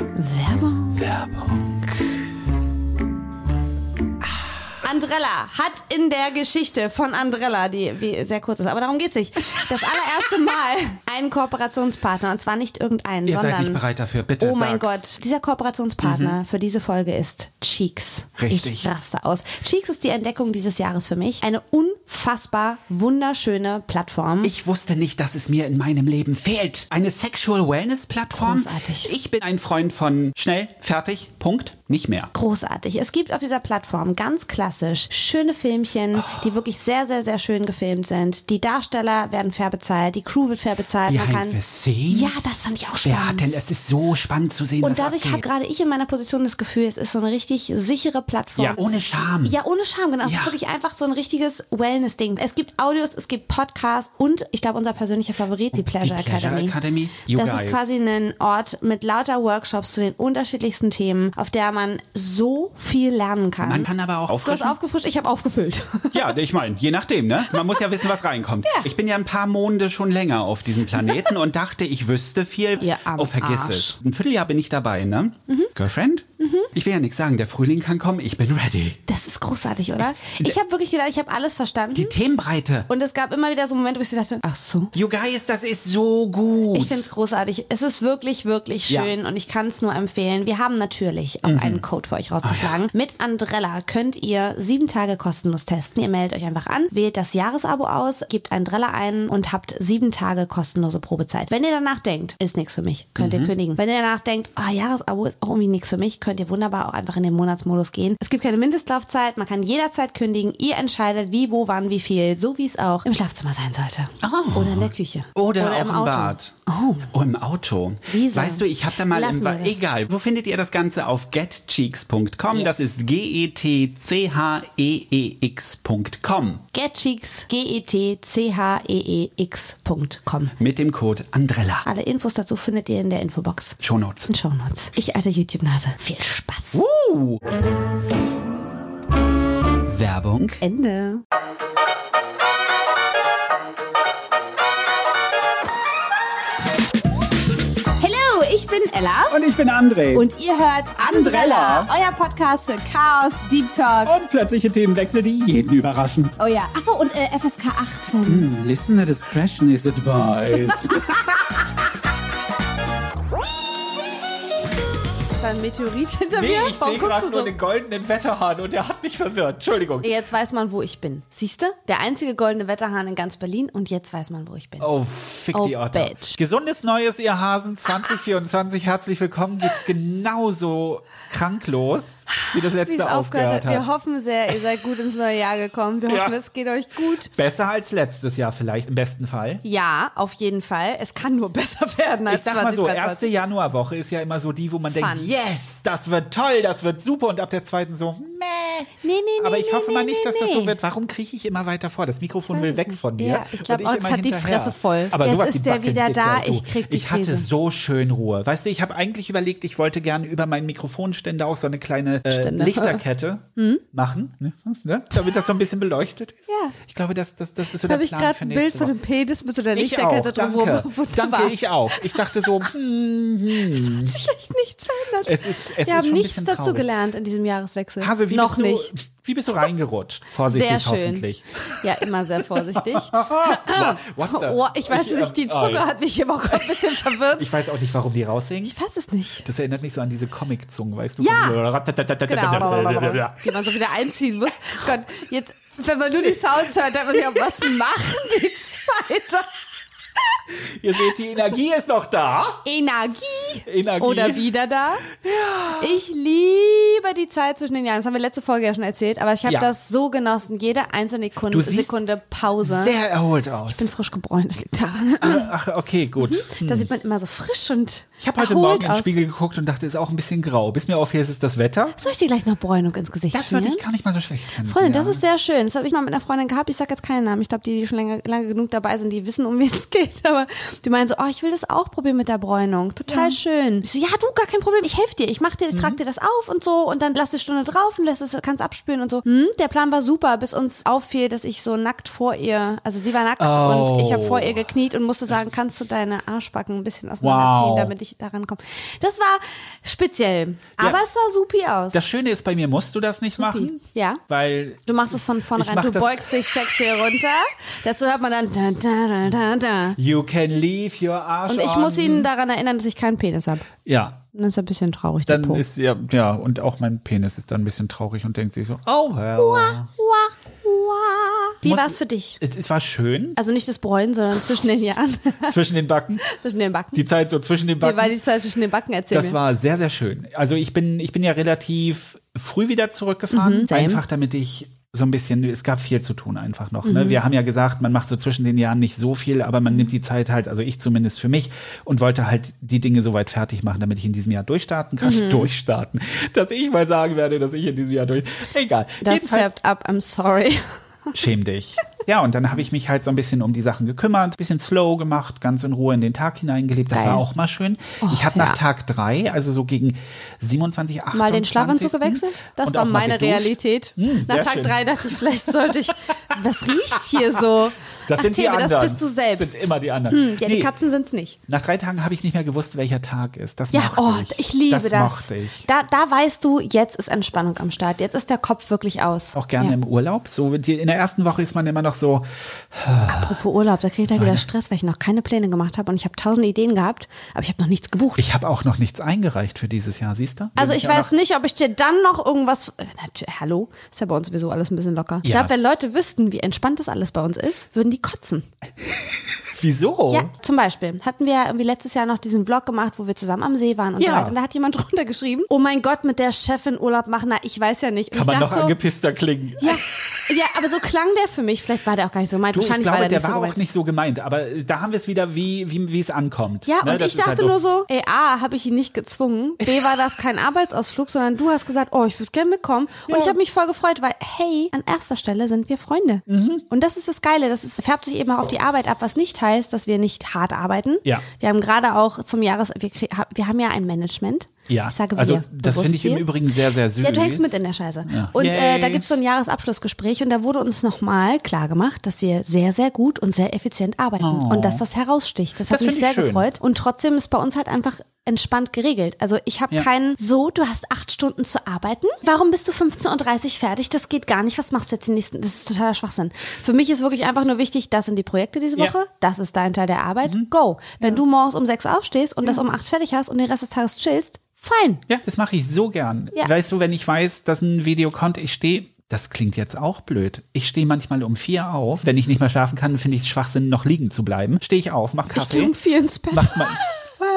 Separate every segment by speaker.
Speaker 1: Werbung.
Speaker 2: Andrella hat in der Geschichte von Andrella, die wie sehr kurz ist, aber darum geht's nicht, das allererste Mal einen Kooperationspartner und zwar nicht irgendeinen,
Speaker 1: Ihr
Speaker 2: sondern
Speaker 1: seid nicht bereit dafür, bitte.
Speaker 2: Oh mein
Speaker 1: sag's. Mhm.
Speaker 2: Gott, dieser Kooperationspartner für diese Folge ist Cheeks.
Speaker 1: Richtig.
Speaker 2: Ich raste aus. Cheeks ist die Entdeckung dieses Jahres für mich. Eine unfassbar wunderschöne Plattform.
Speaker 1: Ich wusste nicht, dass es mir in meinem Leben fehlt. Eine Sexual Wellness Plattform.
Speaker 2: Großartig.
Speaker 1: Ich bin ein Freund von schnell, fertig, Punkt, nicht mehr.
Speaker 2: Großartig. Es gibt auf dieser Plattform ganz klassisch schöne Filmchen,
Speaker 1: Oh.
Speaker 2: die wirklich sehr, sehr, sehr schön gefilmt sind. Die Darsteller werden fair bezahlt, die Crew wird fair bezahlt.
Speaker 1: Behind the scenes.
Speaker 2: Also ja, das fand ich auch
Speaker 1: Wer hat
Speaker 2: spannend.
Speaker 1: denn, es ist so spannend zu sehen, was
Speaker 2: Und dadurch habe
Speaker 1: abgeht.
Speaker 2: gerade ich in meiner Position das Gefühl, es ist so eine richtig sichere Plattform.
Speaker 1: Ja, ohne Scham.
Speaker 2: Ja, ohne Scham, genau. Es
Speaker 1: Ja.
Speaker 2: ist wirklich einfach so ein richtiges Wellness-Ding. Es gibt Audios, es gibt Podcasts und ich glaube, unser persönlicher Favorit, die Pleasure,
Speaker 1: Pleasure
Speaker 2: Academy.
Speaker 1: Academy. You
Speaker 2: das
Speaker 1: guys.
Speaker 2: ist quasi ein Ort mit lauter Workshops zu den unterschiedlichsten Themen, auf der man so viel lernen kann.
Speaker 1: Man kann aber auch
Speaker 2: du hast
Speaker 1: auffrischen.
Speaker 2: aufgefrischt, ich habe aufgefüllt.
Speaker 1: Ja, ich meine, je nachdem, ne? Man muss ja wissen, was reinkommt.
Speaker 2: Ja.
Speaker 1: Ich bin ja ein paar Monde schon länger auf diesem Planeten und dachte, ich wüsste viel.
Speaker 2: Ihr armer
Speaker 1: oh, vergiss
Speaker 2: Arsch. Mhm.
Speaker 1: es. Ein Vierteljahr bin ich dabei, ne? Girlfriend? Ich will ja nichts sagen, der Frühling kann kommen, ich bin ready.
Speaker 2: Das ist großartig, oder? Ich habe wirklich gedacht, ich habe alles verstanden.
Speaker 1: Die Themenbreite.
Speaker 2: und es gab immer wieder so Momente, wo ich so dachte, ach so.
Speaker 1: You guys, das ist so gut.
Speaker 2: Ich finde es großartig. Es ist wirklich, wirklich
Speaker 1: Ja. Mhm.
Speaker 2: schön und ich kann es nur empfehlen. Wir haben natürlich auch einen Code für euch rausgeschlagen. Mit Andrella könnt ihr sieben Tage kostenlos testen. Ihr meldet euch einfach an, wählt das Jahresabo aus, gebt Andrella ein und habt sieben Tage kostenlose Probezeit. Wenn ihr danach denkt, ist nichts für mich, könnt
Speaker 1: Mhm.
Speaker 2: ihr kündigen. Wenn ihr danach denkt, ah, Jahresabo ist auch irgendwie nichts für mich, könnt ihr wunderbar auch einfach in den Monatsmodus gehen. Es gibt keine Mindestlaufzeit, man kann jederzeit kündigen. Ihr entscheidet, wie, wo, wann, wie viel, so wie es auch im Schlafzimmer sein sollte.
Speaker 1: Oh.
Speaker 2: Oder in der Küche.
Speaker 1: Oder, auch
Speaker 2: im
Speaker 1: im,
Speaker 2: Auto.
Speaker 1: Bad. Oh. im Auto.
Speaker 2: Wieso?
Speaker 1: Weißt du, ich habe da mal
Speaker 2: Lassen
Speaker 1: im
Speaker 2: wir
Speaker 1: Ba-
Speaker 2: das.
Speaker 1: egal. Wo findet ihr das Ganze auf getcheeks.com?
Speaker 2: Yes.
Speaker 1: Das ist G E T C H E E X.com
Speaker 2: getcheeks, E G-E-T-C-H-E-E-X.com.
Speaker 1: mit dem Code Andrella.
Speaker 2: Alle Infos dazu findet ihr in der Infobox.
Speaker 1: Shownotes.
Speaker 2: In Shownotes. Ich alte YouTube-Nase. Viel Spaß.
Speaker 1: Uh. Werbung.
Speaker 2: Ende. Hello, ich bin Ella.
Speaker 1: Und ich bin André.
Speaker 2: Und ihr hört Andrella, euer Podcast für Chaos, Deep Talk.
Speaker 1: Und plötzliche Themenwechsel, die jeden überraschen.
Speaker 2: Oh ja. Achso, und äh, FSK 18.
Speaker 1: Hm. Listener discretion is advised.
Speaker 2: Ist da ein Meteorit hinter
Speaker 1: nee,
Speaker 2: mir?
Speaker 1: ich
Speaker 2: Warum
Speaker 1: sehe
Speaker 2: guckst
Speaker 1: gerade
Speaker 2: du
Speaker 1: nur
Speaker 2: so?
Speaker 1: den goldenen Wetterhahn und der hat mich verwirrt. Entschuldigung.
Speaker 2: Jetzt weiß man, wo ich bin. Siehste? Der einzige goldene Wetterhahn in ganz Berlin und jetzt weiß man, wo ich bin.
Speaker 1: Oh, fick
Speaker 2: Oh,
Speaker 1: die Otter.
Speaker 2: bitch.
Speaker 3: Gesundes Neues, ihr Hasen 2024. Herzlich willkommen. Geht genauso kranklos, wie das
Speaker 2: Wie es
Speaker 3: letzte aufgehört
Speaker 2: aufgehört hat. Wir
Speaker 3: hat.
Speaker 2: hoffen sehr, ihr seid gut ins neue Jahr gekommen. Wir hoffen,
Speaker 3: Ja.
Speaker 2: es geht euch gut.
Speaker 3: Besser als letztes Jahr vielleicht, im besten Fall.
Speaker 2: Ja, auf jeden Fall. Es kann nur besser werden als
Speaker 3: Ich sag mal so,
Speaker 2: 2023.
Speaker 3: erste Januarwoche ist ja immer so die, wo man denkt,
Speaker 2: Fun.
Speaker 3: yes, das wird toll, das wird super. Und ab der zweiten so, hm, meh.
Speaker 2: Nee, nee, nee,
Speaker 3: Aber ich
Speaker 2: nee,
Speaker 3: hoffe mal
Speaker 2: nee,
Speaker 3: nicht, dass
Speaker 2: nee,
Speaker 3: das
Speaker 2: nee.
Speaker 3: so wird. Warum krieche ich immer weiter vor? Das Mikrofon
Speaker 2: Ich weiß
Speaker 3: will
Speaker 2: es
Speaker 3: weg
Speaker 2: nicht.
Speaker 3: von mir.
Speaker 2: Ja, ich glaub,
Speaker 3: und
Speaker 2: oh, jetzt
Speaker 3: immer
Speaker 2: hat die
Speaker 3: hinterher.
Speaker 2: Fresse voll.
Speaker 3: Aber
Speaker 2: Jetzt
Speaker 3: sowas
Speaker 2: ist
Speaker 3: die
Speaker 2: der
Speaker 3: Backe
Speaker 2: wieder
Speaker 3: dick,
Speaker 2: da,
Speaker 3: ey, du.
Speaker 2: ich krieg die
Speaker 3: Ich hatte
Speaker 2: Krise.
Speaker 3: so schön Ruhe. Weißt du, ich habe eigentlich überlegt, ich wollte gerne über meinen Mikrofonständer auch so eine kleine äh,
Speaker 2: Ständer. Hm?
Speaker 3: Lichterkette machen, ne? Ne? damit das so ein bisschen beleuchtet ist.
Speaker 2: Ja.
Speaker 3: Ich glaube, das, das, das ist
Speaker 2: Jetzt
Speaker 3: so der
Speaker 2: habe ich
Speaker 3: Plan
Speaker 2: gerade
Speaker 3: für
Speaker 2: ein
Speaker 3: nächste
Speaker 2: Bild von
Speaker 3: Woche.
Speaker 2: einem Penis mit so einer
Speaker 3: Ich auch,
Speaker 2: Lichterkette drumherum.
Speaker 3: danke.
Speaker 2: Wunderbar.
Speaker 3: Danke, ich auch. Ich dachte so, hm,
Speaker 2: Hat sich echt nichts verändert.
Speaker 3: Es ist- es
Speaker 2: Wir
Speaker 3: ist
Speaker 2: haben
Speaker 3: schon ein
Speaker 2: nichts
Speaker 3: bisschen
Speaker 2: dazu
Speaker 3: traurig.
Speaker 2: gelernt in diesem Jahreswechsel.
Speaker 3: Hase, wie
Speaker 2: Noch
Speaker 3: bist
Speaker 2: nicht.
Speaker 3: Du, wie bist du reingerutscht? Vorsichtig,
Speaker 2: Sehr schön.
Speaker 3: hoffentlich.
Speaker 2: Ja, immer sehr vorsichtig.
Speaker 3: What the-
Speaker 2: oh, ich weiß
Speaker 3: Ich,
Speaker 2: nicht, die
Speaker 3: ähm,
Speaker 2: Zunge
Speaker 3: ei.
Speaker 2: hat mich immer gerade ein bisschen verwirrt.
Speaker 3: Ich weiß auch nicht, warum die raushängen.
Speaker 2: Ich weiß es nicht.
Speaker 3: Das erinnert mich so an diese Comic-Zungen, weißt du?
Speaker 2: Ja.
Speaker 3: von so-
Speaker 2: Genau. Die man so wieder einziehen muss. Gott, jetzt, wenn man nur die Sounds hört, dann muss ich auch, was machen die Zweite?
Speaker 3: Ihr seht, die Energie ist noch da.
Speaker 2: Energie.
Speaker 3: Energie.
Speaker 2: Oder wieder da. Ich liebe die Zeit zwischen den Jahren. Das haben wir letzte Folge ja schon erzählt, aber ich habe
Speaker 3: Ja.
Speaker 2: das so genossen. Jede einzelne Sekunde,
Speaker 3: Du siehst
Speaker 2: Sekunde Pause.
Speaker 3: Sehr erholt aus.
Speaker 2: ich bin frisch gebräunt, das liegt daran.
Speaker 3: Ah, Ach, okay, gut.
Speaker 2: Da sieht man immer so frisch und
Speaker 3: Hm. Ich habe heute Morgen
Speaker 2: erholt
Speaker 3: in den
Speaker 2: aus.
Speaker 3: Spiegel geguckt und dachte, ist auch ein bisschen grau. Bis mir auffiel, es ist das Wetter.
Speaker 2: Soll ich dir gleich noch Bräunung ins Gesicht
Speaker 3: Das
Speaker 2: schmieren?
Speaker 3: würde ich gar nicht mal so schlecht finden.
Speaker 2: Freundin,
Speaker 3: ja.
Speaker 2: Mhm. das ist sehr schön. Das habe ich mal mit einer Freundin gehabt. Ich sage jetzt keinen Namen. Ich glaube, die, die schon länger, lange genug dabei sind, die wissen, um wen es geht. aber die meinen so, oh, ich will das auch probieren mit der Bräunung. Total schön. Ich so, ja, du, gar kein Problem. Ich helfe dir. Ich mach dir, ich
Speaker 3: Mhm.
Speaker 2: trag dir das auf und so und dann lass die Stunde drauf und lass es, kannst abspülen und so. Hm, der Plan war super, bis uns auffiel, dass ich so nackt vor ihr, also sie war nackt
Speaker 3: Oh.
Speaker 2: und ich habe vor ihr gekniet und musste sagen, kannst du deine Arschbacken ein bisschen auseinanderziehen,
Speaker 3: Wow.
Speaker 2: damit ich daran komme. Das war speziell. Aber es sah supi aus.
Speaker 3: Das Schöne ist, bei mir musst du das nicht machen.
Speaker 2: Ja.
Speaker 3: Weil
Speaker 2: Du machst es von
Speaker 3: Ich
Speaker 2: vornherein.
Speaker 3: mach
Speaker 2: Du
Speaker 3: das-
Speaker 2: beugst dich sexy runter. Dazu hört man dann da, da, da, da, da.
Speaker 3: you can leave your Arsch
Speaker 2: Und ich
Speaker 3: on.
Speaker 2: muss ihn daran erinnern, dass ich keinen Penis habe.
Speaker 3: Ja,
Speaker 2: Das ist ein bisschen traurig, der
Speaker 3: dann
Speaker 2: Po.
Speaker 3: ist ja, ja, und auch mein Penis ist dann ein bisschen traurig und denkt sich so, oh well.
Speaker 2: Wah, wah. Wie
Speaker 3: Muss-
Speaker 2: war es für dich?
Speaker 3: Es, es war schön
Speaker 2: Also nicht das Bräunen, sondern zwischen den Jahren.
Speaker 3: zwischen den Backen.
Speaker 2: zwischen den Backen.
Speaker 3: Die Zeit so zwischen den
Speaker 2: Wie war
Speaker 3: Backen.
Speaker 2: die Zeit zwischen den Backen? Erzähl
Speaker 3: Das
Speaker 2: mir.
Speaker 3: war sehr, sehr schön. Also ich bin, ich bin ja relativ früh wieder zurückgefahren,
Speaker 2: Mhm, same.
Speaker 3: einfach damit ich so ein bisschen, es gab viel zu tun einfach noch.
Speaker 2: Mhm.
Speaker 3: Ne? Wir haben ja gesagt, man macht so zwischen den Jahren nicht so viel, aber man nimmt die Zeit halt, also ich zumindest für mich, und wollte halt die Dinge so weit fertig machen, damit ich in diesem Jahr durchstarten kann.
Speaker 2: Mhm.
Speaker 3: Durchstarten. Dass ich mal sagen werde, dass ich in diesem Jahr durch. Egal.
Speaker 2: das
Speaker 3: Jedenfalls-
Speaker 2: färbt ab, I'm sorry.
Speaker 3: Schäm dich. Ja, und dann habe ich mich halt so ein bisschen um die Sachen gekümmert, ein bisschen slow gemacht, ganz in Ruhe in den Tag hineingelebt. Das
Speaker 2: Geil. Oh,
Speaker 3: war auch mal schön. ich habe
Speaker 2: ja.
Speaker 3: nach Tag drei, also so gegen 27, 28.
Speaker 2: Mal den Schlafanzug gewechselt? Das
Speaker 3: und
Speaker 2: war
Speaker 3: auch mal
Speaker 2: meine
Speaker 3: geduscht.
Speaker 2: Realität.
Speaker 3: Hm,
Speaker 2: Nach
Speaker 3: sehr
Speaker 2: Tag
Speaker 3: schön.
Speaker 2: drei dachte ich, vielleicht sollte ich. Was riecht hier so?
Speaker 3: Das
Speaker 2: Ach,
Speaker 3: sind die
Speaker 2: Thebe,
Speaker 3: anderen.
Speaker 2: das bist du selbst. Hm,
Speaker 3: Das sind immer die anderen.
Speaker 2: ja, die
Speaker 3: Nee,
Speaker 2: Katzen sind's nicht.
Speaker 3: Nach drei Tagen habe ich nicht mehr gewusst, welcher Tag ist. Das
Speaker 2: Ja,
Speaker 3: mochte
Speaker 2: oh,
Speaker 3: ich.
Speaker 2: ich, liebe das.
Speaker 3: Das mochte ich.
Speaker 2: Da, da weißt du, jetzt ist Entspannung am Start. Jetzt ist der Kopf wirklich aus.
Speaker 3: Auch gerne
Speaker 2: Ja.
Speaker 3: im Urlaub. So, die, in der ersten Woche ist man immer noch so,
Speaker 2: Apropos Urlaub, da kriege ich dann wieder Stress, weil ich noch keine Pläne gemacht habe und ich habe tausend Ideen gehabt, aber ich habe noch nichts gebucht.
Speaker 3: ich habe auch noch nichts eingereicht für dieses Jahr, siehst du?
Speaker 2: also
Speaker 3: Bin
Speaker 2: ich
Speaker 3: ja
Speaker 2: weiß
Speaker 3: noch-
Speaker 2: nicht, ob ich dir dann noch irgendwas. Äh, natür- Hallo? Ist ja bei uns sowieso alles ein bisschen locker. Ich
Speaker 3: Ja.
Speaker 2: glaube, wenn Leute wüssten, wie entspannt das alles bei uns ist, würden die kotzen.
Speaker 3: Wieso?
Speaker 2: Ja, zum Beispiel hatten wir ja irgendwie letztes Jahr noch diesen Vlog gemacht, wo wir zusammen am See waren und
Speaker 3: Ja.
Speaker 2: so weiter. Und da hat jemand drunter geschrieben, oh mein Gott, mit der Chefin Urlaub machen, na, ich weiß ja nicht. Und
Speaker 3: Kann
Speaker 2: ich
Speaker 3: man noch
Speaker 2: dachte so,
Speaker 3: angepisster klingen.
Speaker 2: Ja, ja, aber so klang der für mich. Vielleicht war der auch gar nicht so gemeint.
Speaker 3: Du, ich
Speaker 2: Wahrscheinlich
Speaker 3: glaube,
Speaker 2: war der,
Speaker 3: der,
Speaker 2: nicht
Speaker 3: war
Speaker 2: so
Speaker 3: auch
Speaker 2: gemeint.
Speaker 3: nicht so gemeint, aber äh, da haben wir es wieder, wie wie- wie es ankommt.
Speaker 2: Ja,
Speaker 3: Ne,
Speaker 2: und
Speaker 3: das
Speaker 2: ich
Speaker 3: ist
Speaker 2: dachte
Speaker 3: halt
Speaker 2: nur so, ey, A, habe ich ihn nicht gezwungen. B, war das kein Arbeitsausflug, sondern du hast gesagt, oh, ich würde gerne mitkommen. Und ich habe mich voll gefreut, weil, hey, an erster Stelle sind wir Freunde.
Speaker 3: Mhm.
Speaker 2: Und das ist das Geile. Das ist, färbt sich eben auch auf die Arbeit ab, was nicht heißt, dass wir nicht hart arbeiten.
Speaker 3: Ja.
Speaker 2: Wir haben gerade auch zum Jahres, wir, krie- wir haben ja ein Management.
Speaker 3: Ja,
Speaker 2: Ich sage
Speaker 3: also
Speaker 2: wir,
Speaker 3: das
Speaker 2: bewusst
Speaker 3: finde ich im
Speaker 2: wir.
Speaker 3: Übrigen sehr, sehr süß.
Speaker 2: Ja, du hängst mit in der Scheiße. Und äh,
Speaker 3: Yay.
Speaker 2: da gibt's so ein Jahresabschlussgespräch und da wurde uns nochmal klar gemacht, dass wir sehr, sehr gut und sehr effizient arbeiten und dass das heraussticht. Das,
Speaker 3: Oh.
Speaker 2: hat
Speaker 3: Das
Speaker 2: mich
Speaker 3: find ich
Speaker 2: sehr
Speaker 3: schön.
Speaker 2: gefreut. Und trotzdem ist bei uns halt einfach entspannt geregelt. Also ich habe
Speaker 3: Ja.
Speaker 2: keinen, so, du hast acht Stunden zu arbeiten. Warum bist du 15.30 Uhr fertig? Das geht gar nicht. Was machst du jetzt die nächsten? Das ist totaler Schwachsinn. Für mich ist wirklich einfach nur wichtig, das sind die Projekte diese
Speaker 3: Ja. Mhm.
Speaker 2: Woche, das ist dein Teil der Arbeit. Go. Wenn du morgens um sechs aufstehst und das um acht fertig hast und den Rest des Tages chillst, fein.
Speaker 3: Ja, das mache ich so gern.
Speaker 2: Ja.
Speaker 3: Weißt du, wenn ich weiß, dass ein Video kommt, ich stehe, das klingt jetzt auch blöd. Ich stehe manchmal um vier auf. Wenn ich nicht mehr schlafen kann, finde ich es Schwachsinn, noch liegen zu bleiben. Stehe ich auf, mach
Speaker 2: Ich gehe
Speaker 3: Kaffee,
Speaker 2: um vier ins Bett.
Speaker 3: mach, mein,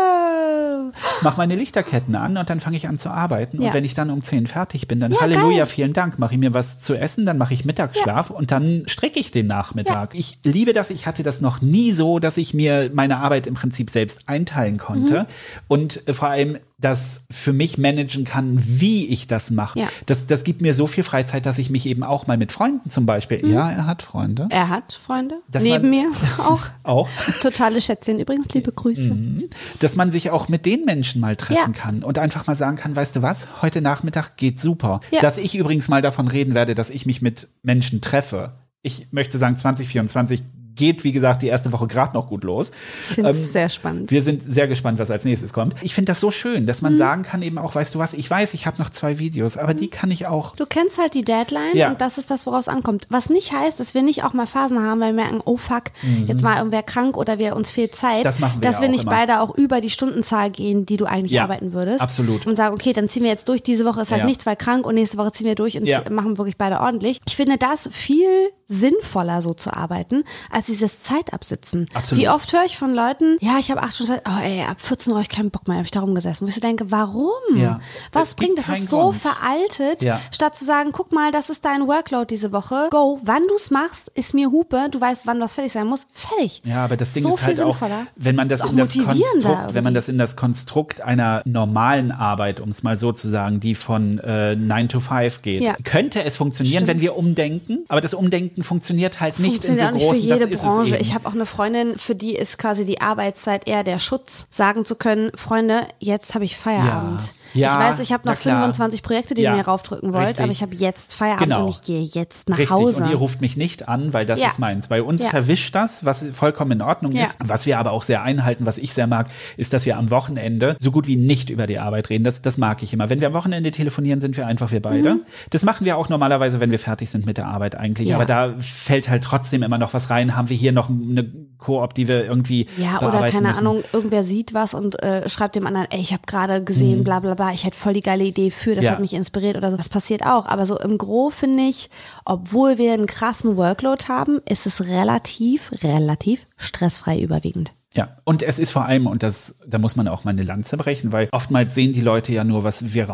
Speaker 3: Wow. mach meine Lichterketten an und dann fange ich an zu arbeiten.
Speaker 2: Ja.
Speaker 3: Und wenn ich dann um zehn fertig bin, dann
Speaker 2: Ja,
Speaker 3: Halleluja,
Speaker 2: geil.
Speaker 3: vielen Dank. Mache ich mir was zu essen, dann mache ich Mittagsschlaf und dann strecke ich den Nachmittag. Ich liebe das. Ich hatte das noch nie so, dass ich mir meine Arbeit im Prinzip selbst einteilen konnte
Speaker 2: Mhm.
Speaker 3: und äh, vor allem das für mich managen kann, wie ich das mache.
Speaker 2: Ja.
Speaker 3: Das, das gibt mir so viel Freizeit, dass ich mich eben auch mal mit Freunden zum Beispiel.
Speaker 2: Mhm.
Speaker 3: Ja, er hat Freunde.
Speaker 2: Er hat Freunde.
Speaker 3: Dass
Speaker 2: Neben mir
Speaker 3: man-
Speaker 2: auch.
Speaker 3: Auch.
Speaker 2: Totale Schätzchen. Übrigens, liebe Grüße.
Speaker 3: Mhm. dass man sich auch mit den Menschen mal treffen
Speaker 2: Ja.
Speaker 3: kann und einfach mal sagen kann, weißt du was, heute Nachmittag geht super.
Speaker 2: Ja.
Speaker 3: Dass ich übrigens mal davon reden werde, dass ich mich mit Menschen treffe. Ich möchte sagen, 2024 geht, wie gesagt, die erste Woche gerade noch gut los.
Speaker 2: Ich finde
Speaker 3: Ähm,
Speaker 2: es sehr spannend.
Speaker 3: Wir sind sehr gespannt, was als nächstes kommt. Ich finde das so schön, dass
Speaker 2: Mhm.
Speaker 3: man sagen kann, eben auch, weißt du was, ich weiß, ich habe noch zwei Videos, aber die kann ich auch.
Speaker 2: Du kennst halt die Deadline
Speaker 3: Ja.
Speaker 2: und das ist das, woraus es ankommt. Was nicht heißt, dass wir nicht auch mal Phasen haben, weil wir merken, oh fuck, jetzt war irgendwer krank oder wir uns fehlt Zeit,
Speaker 3: Mhm. Das machen wir
Speaker 2: dass
Speaker 3: ja
Speaker 2: wir
Speaker 3: auch
Speaker 2: nicht
Speaker 3: immer.
Speaker 2: beide auch über die Stundenzahl gehen, die du eigentlich
Speaker 3: Ja,
Speaker 2: arbeiten würdest.
Speaker 3: absolut.
Speaker 2: Und sagen, okay, dann ziehen wir jetzt durch, diese Woche ist halt
Speaker 3: Ja.
Speaker 2: nichts, weil krank und nächste Woche ziehen wir durch und
Speaker 3: Ja.
Speaker 2: zie- machen wirklich beide ordentlich. Ich finde das viel sinnvoller so zu arbeiten, als dieses Zeitabsitzen.
Speaker 3: Absolut.
Speaker 2: Wie oft höre ich von Leuten, ja, ich habe acht Stunden Zeit, oh ey, ab 14 Uhr habe ich keinen Bock mehr, habe ich da rumgesessen. Wo ich so denke, warum?
Speaker 3: Ja.
Speaker 2: Was
Speaker 3: Es gibt
Speaker 2: bringt das? Das
Speaker 3: keinen
Speaker 2: ist so
Speaker 3: Grund.
Speaker 2: veraltet,
Speaker 3: Ja.
Speaker 2: statt zu sagen, guck mal, das ist dein Workload diese Woche. Go, wann du es machst, ist mir Hupe. Du weißt, wann was fertig sein muss. Fertig.
Speaker 3: Ja, aber das Ding
Speaker 2: so
Speaker 3: ist halt
Speaker 2: viel
Speaker 3: auch,
Speaker 2: sinnvoller.
Speaker 3: wenn man das
Speaker 2: Ist auch
Speaker 3: in das
Speaker 2: motivierender
Speaker 3: Konstrukt, wenn
Speaker 2: irgendwie.
Speaker 3: man das in das Konstrukt einer normalen Arbeit, um es mal so zu sagen, die von äh, 9 to 5 geht,
Speaker 2: Ja.
Speaker 3: könnte es funktionieren, wenn wir umdenken, aber das Umdenken funktioniert halt nicht in
Speaker 2: Funktioniert
Speaker 3: so
Speaker 2: auch nicht für
Speaker 3: großen, das
Speaker 2: jede
Speaker 3: ist ist es
Speaker 2: Branche.
Speaker 3: eben.
Speaker 2: Ich habe auch eine Freundin, für die ist quasi die Arbeitszeit eher der Schutz, sagen zu können, Freunde, jetzt habe ich Feierabend.
Speaker 3: Ja.
Speaker 2: ich weiß, ich habe
Speaker 3: Na
Speaker 2: noch
Speaker 3: klar.
Speaker 2: 25 Projekte, die
Speaker 3: Ja.
Speaker 2: ihr mir raufdrücken wollt,
Speaker 3: Richtig.
Speaker 2: aber ich habe jetzt Feierabend
Speaker 3: Genau.
Speaker 2: und ich gehe jetzt nach
Speaker 3: Richtig,
Speaker 2: Hause.
Speaker 3: und ihr ruft mich nicht an, weil das
Speaker 2: Ja.
Speaker 3: ist meins. Bei uns
Speaker 2: Ja.
Speaker 3: verwischt das, was vollkommen in Ordnung
Speaker 2: Ja.
Speaker 3: ist. Was wir aber auch sehr einhalten, was ich sehr mag, ist, dass wir am Wochenende so gut wie nicht über die Arbeit reden. Das, das mag ich immer. Wenn wir am Wochenende telefonieren, sind wir einfach wir beide.
Speaker 2: Mhm.
Speaker 3: Das machen wir auch normalerweise, wenn wir fertig sind mit der Arbeit eigentlich.
Speaker 2: Ja.
Speaker 3: Aber da fällt halt trotzdem immer noch was rein. Haben wir hier noch eine Koop, die wir irgendwie
Speaker 2: ja, oder
Speaker 3: bearbeiten
Speaker 2: keine
Speaker 3: müssen.
Speaker 2: Ahnung, irgendwer sieht was und äh, schreibt dem anderen, ey, ich habe gerade gesehen, bla bla bla, ich hätte voll die geile Idee für, das
Speaker 3: Mhm. Ja.
Speaker 2: hat mich inspiriert oder so. Das passiert auch. Aber so im Gro finde ich, obwohl wir einen krassen Workload haben, ist es relativ, relativ stressfrei überwiegend.
Speaker 3: Ja, und es ist vor allem, und das, da muss man auch mal eine Lanze brechen, weil oftmals sehen die Leute ja nur, was wir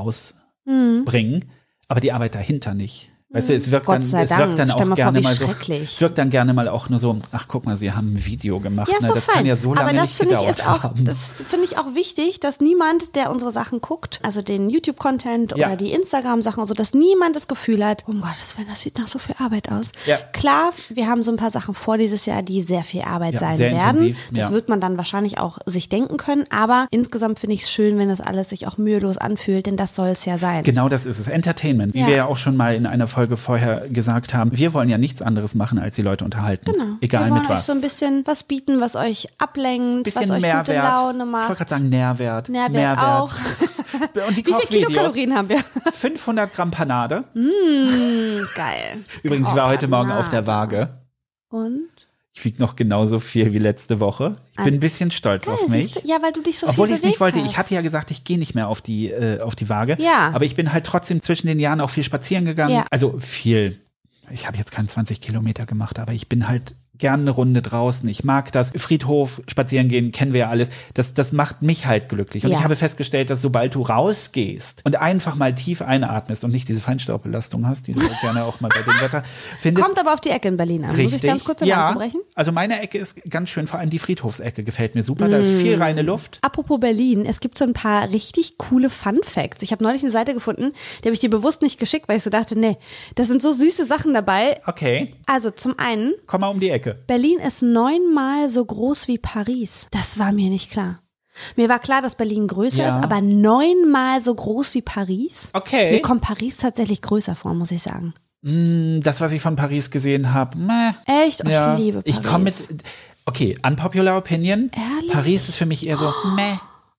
Speaker 3: rausbringen, aber die Arbeit dahinter nicht. Weißt du, es wirkt
Speaker 2: Hm, Gott
Speaker 3: dann,
Speaker 2: sei
Speaker 3: es
Speaker 2: Dank.
Speaker 3: wirkt dann
Speaker 2: Stell mal vor,
Speaker 3: auch gerne
Speaker 2: wie
Speaker 3: mal so,
Speaker 2: schrecklich.
Speaker 3: es wirkt dann gerne mal auch nur so, ach guck mal, sie haben ein Video gemacht.
Speaker 2: Ja, ist
Speaker 3: ne?
Speaker 2: doch
Speaker 3: das
Speaker 2: fein.
Speaker 3: kann ja so lange
Speaker 2: Aber das
Speaker 3: nicht
Speaker 2: finde ich
Speaker 3: gedauert
Speaker 2: ist auch,
Speaker 3: haben.
Speaker 2: das finde ich auch wichtig, dass niemand, der unsere Sachen guckt, also den YouTube-Content
Speaker 3: Ja.
Speaker 2: oder die Instagram-Sachen und so, dass niemand das Gefühl hat, um Gottes Willen, das sieht nach so viel Arbeit aus.
Speaker 3: Ja.
Speaker 2: Klar, wir haben so ein paar Sachen vor dieses Jahr, die sehr viel Arbeit
Speaker 3: Ja,
Speaker 2: sein
Speaker 3: sehr
Speaker 2: werden.
Speaker 3: intensiv,
Speaker 2: Das
Speaker 3: ja.
Speaker 2: wird man dann wahrscheinlich auch sich denken können, aber insgesamt finde ich es schön, wenn das alles sich auch mühelos anfühlt, denn das soll es ja sein.
Speaker 3: Genau das ist es. Entertainment. Wie
Speaker 2: Ja.
Speaker 3: wir ja auch schon mal in einer Folge vorher gesagt haben, wir wollen ja nichts anderes machen, als die Leute unterhalten.
Speaker 2: Genau.
Speaker 3: Egal
Speaker 2: wir wollen
Speaker 3: mit
Speaker 2: euch
Speaker 3: was.
Speaker 2: so ein bisschen was bieten, was euch ablenkt, was euch gute Laune
Speaker 3: Ich wollte
Speaker 2: macht.
Speaker 3: gerade sagen, Nährwert.
Speaker 2: Nährwert auch.
Speaker 3: Und die
Speaker 2: Wie viel
Speaker 3: Kochvideos.
Speaker 2: Kilokalorien haben wir?
Speaker 3: 500 Gramm Panade.
Speaker 2: Geil.
Speaker 3: Übrigens, ich war heute Morgen auf der
Speaker 2: Waage.
Speaker 3: Waage.
Speaker 2: Und?
Speaker 3: Ich wiege noch genauso viel wie letzte Woche. Ich bin ein bisschen stolz auf
Speaker 2: Ja, siehst
Speaker 3: mich.
Speaker 2: du, ja, weil du dich so
Speaker 3: Obwohl
Speaker 2: viel
Speaker 3: ich es nicht
Speaker 2: bewegt
Speaker 3: wollte.
Speaker 2: Hast.
Speaker 3: Ich hatte ja gesagt, ich gehe nicht mehr auf die, äh, auf die Waage.
Speaker 2: Ja.
Speaker 3: Aber ich bin halt trotzdem zwischen den Jahren auch viel spazieren gegangen.
Speaker 2: Ja.
Speaker 3: Also viel. Ich habe jetzt keinen 20 Kilometer gemacht, aber ich bin halt gern eine Runde draußen. Ich mag das. Friedhof, spazieren gehen, kennen wir ja alles. Das, das macht mich halt glücklich. Und
Speaker 2: Ja.
Speaker 3: ich habe festgestellt, dass sobald du rausgehst und einfach mal tief einatmest und nicht diese Feinstaubbelastung hast, die du halt gerne auch mal bei dem Wetter findest,
Speaker 2: Kommt aber auf die Ecke in Berlin an. Muss ich ganz kurz
Speaker 3: ja.
Speaker 2: anzubrechen?
Speaker 3: Also meine Ecke ist ganz schön, vor allem die Friedhofsecke gefällt mir super. Da
Speaker 2: Mm.
Speaker 3: ist viel reine Luft.
Speaker 2: Apropos Berlin, es gibt so ein paar richtig coole Fun Facts. Ich habe neulich eine Seite gefunden, die habe ich dir bewusst nicht geschickt, weil ich so dachte, nee, das sind so süße Sachen dabei.
Speaker 3: Okay,
Speaker 2: Also zum einen,
Speaker 3: komm mal um die Ecke.
Speaker 2: Berlin ist neunmal so groß wie Paris. Das war mir nicht klar. Mir war klar, dass Berlin größer
Speaker 3: Ja.
Speaker 2: ist, aber neunmal so groß wie Paris?
Speaker 3: Okay.
Speaker 2: Mir kommt Paris tatsächlich größer vor, muss ich sagen.
Speaker 3: Mm, Das, was ich von Paris gesehen habe, meh.
Speaker 2: Echt? Oh,
Speaker 3: Ja.
Speaker 2: Ich liebe Paris.
Speaker 3: Ich komme mit. Okay, unpopular opinion.
Speaker 2: Ehrlich?
Speaker 3: Paris ist für mich eher so, meh.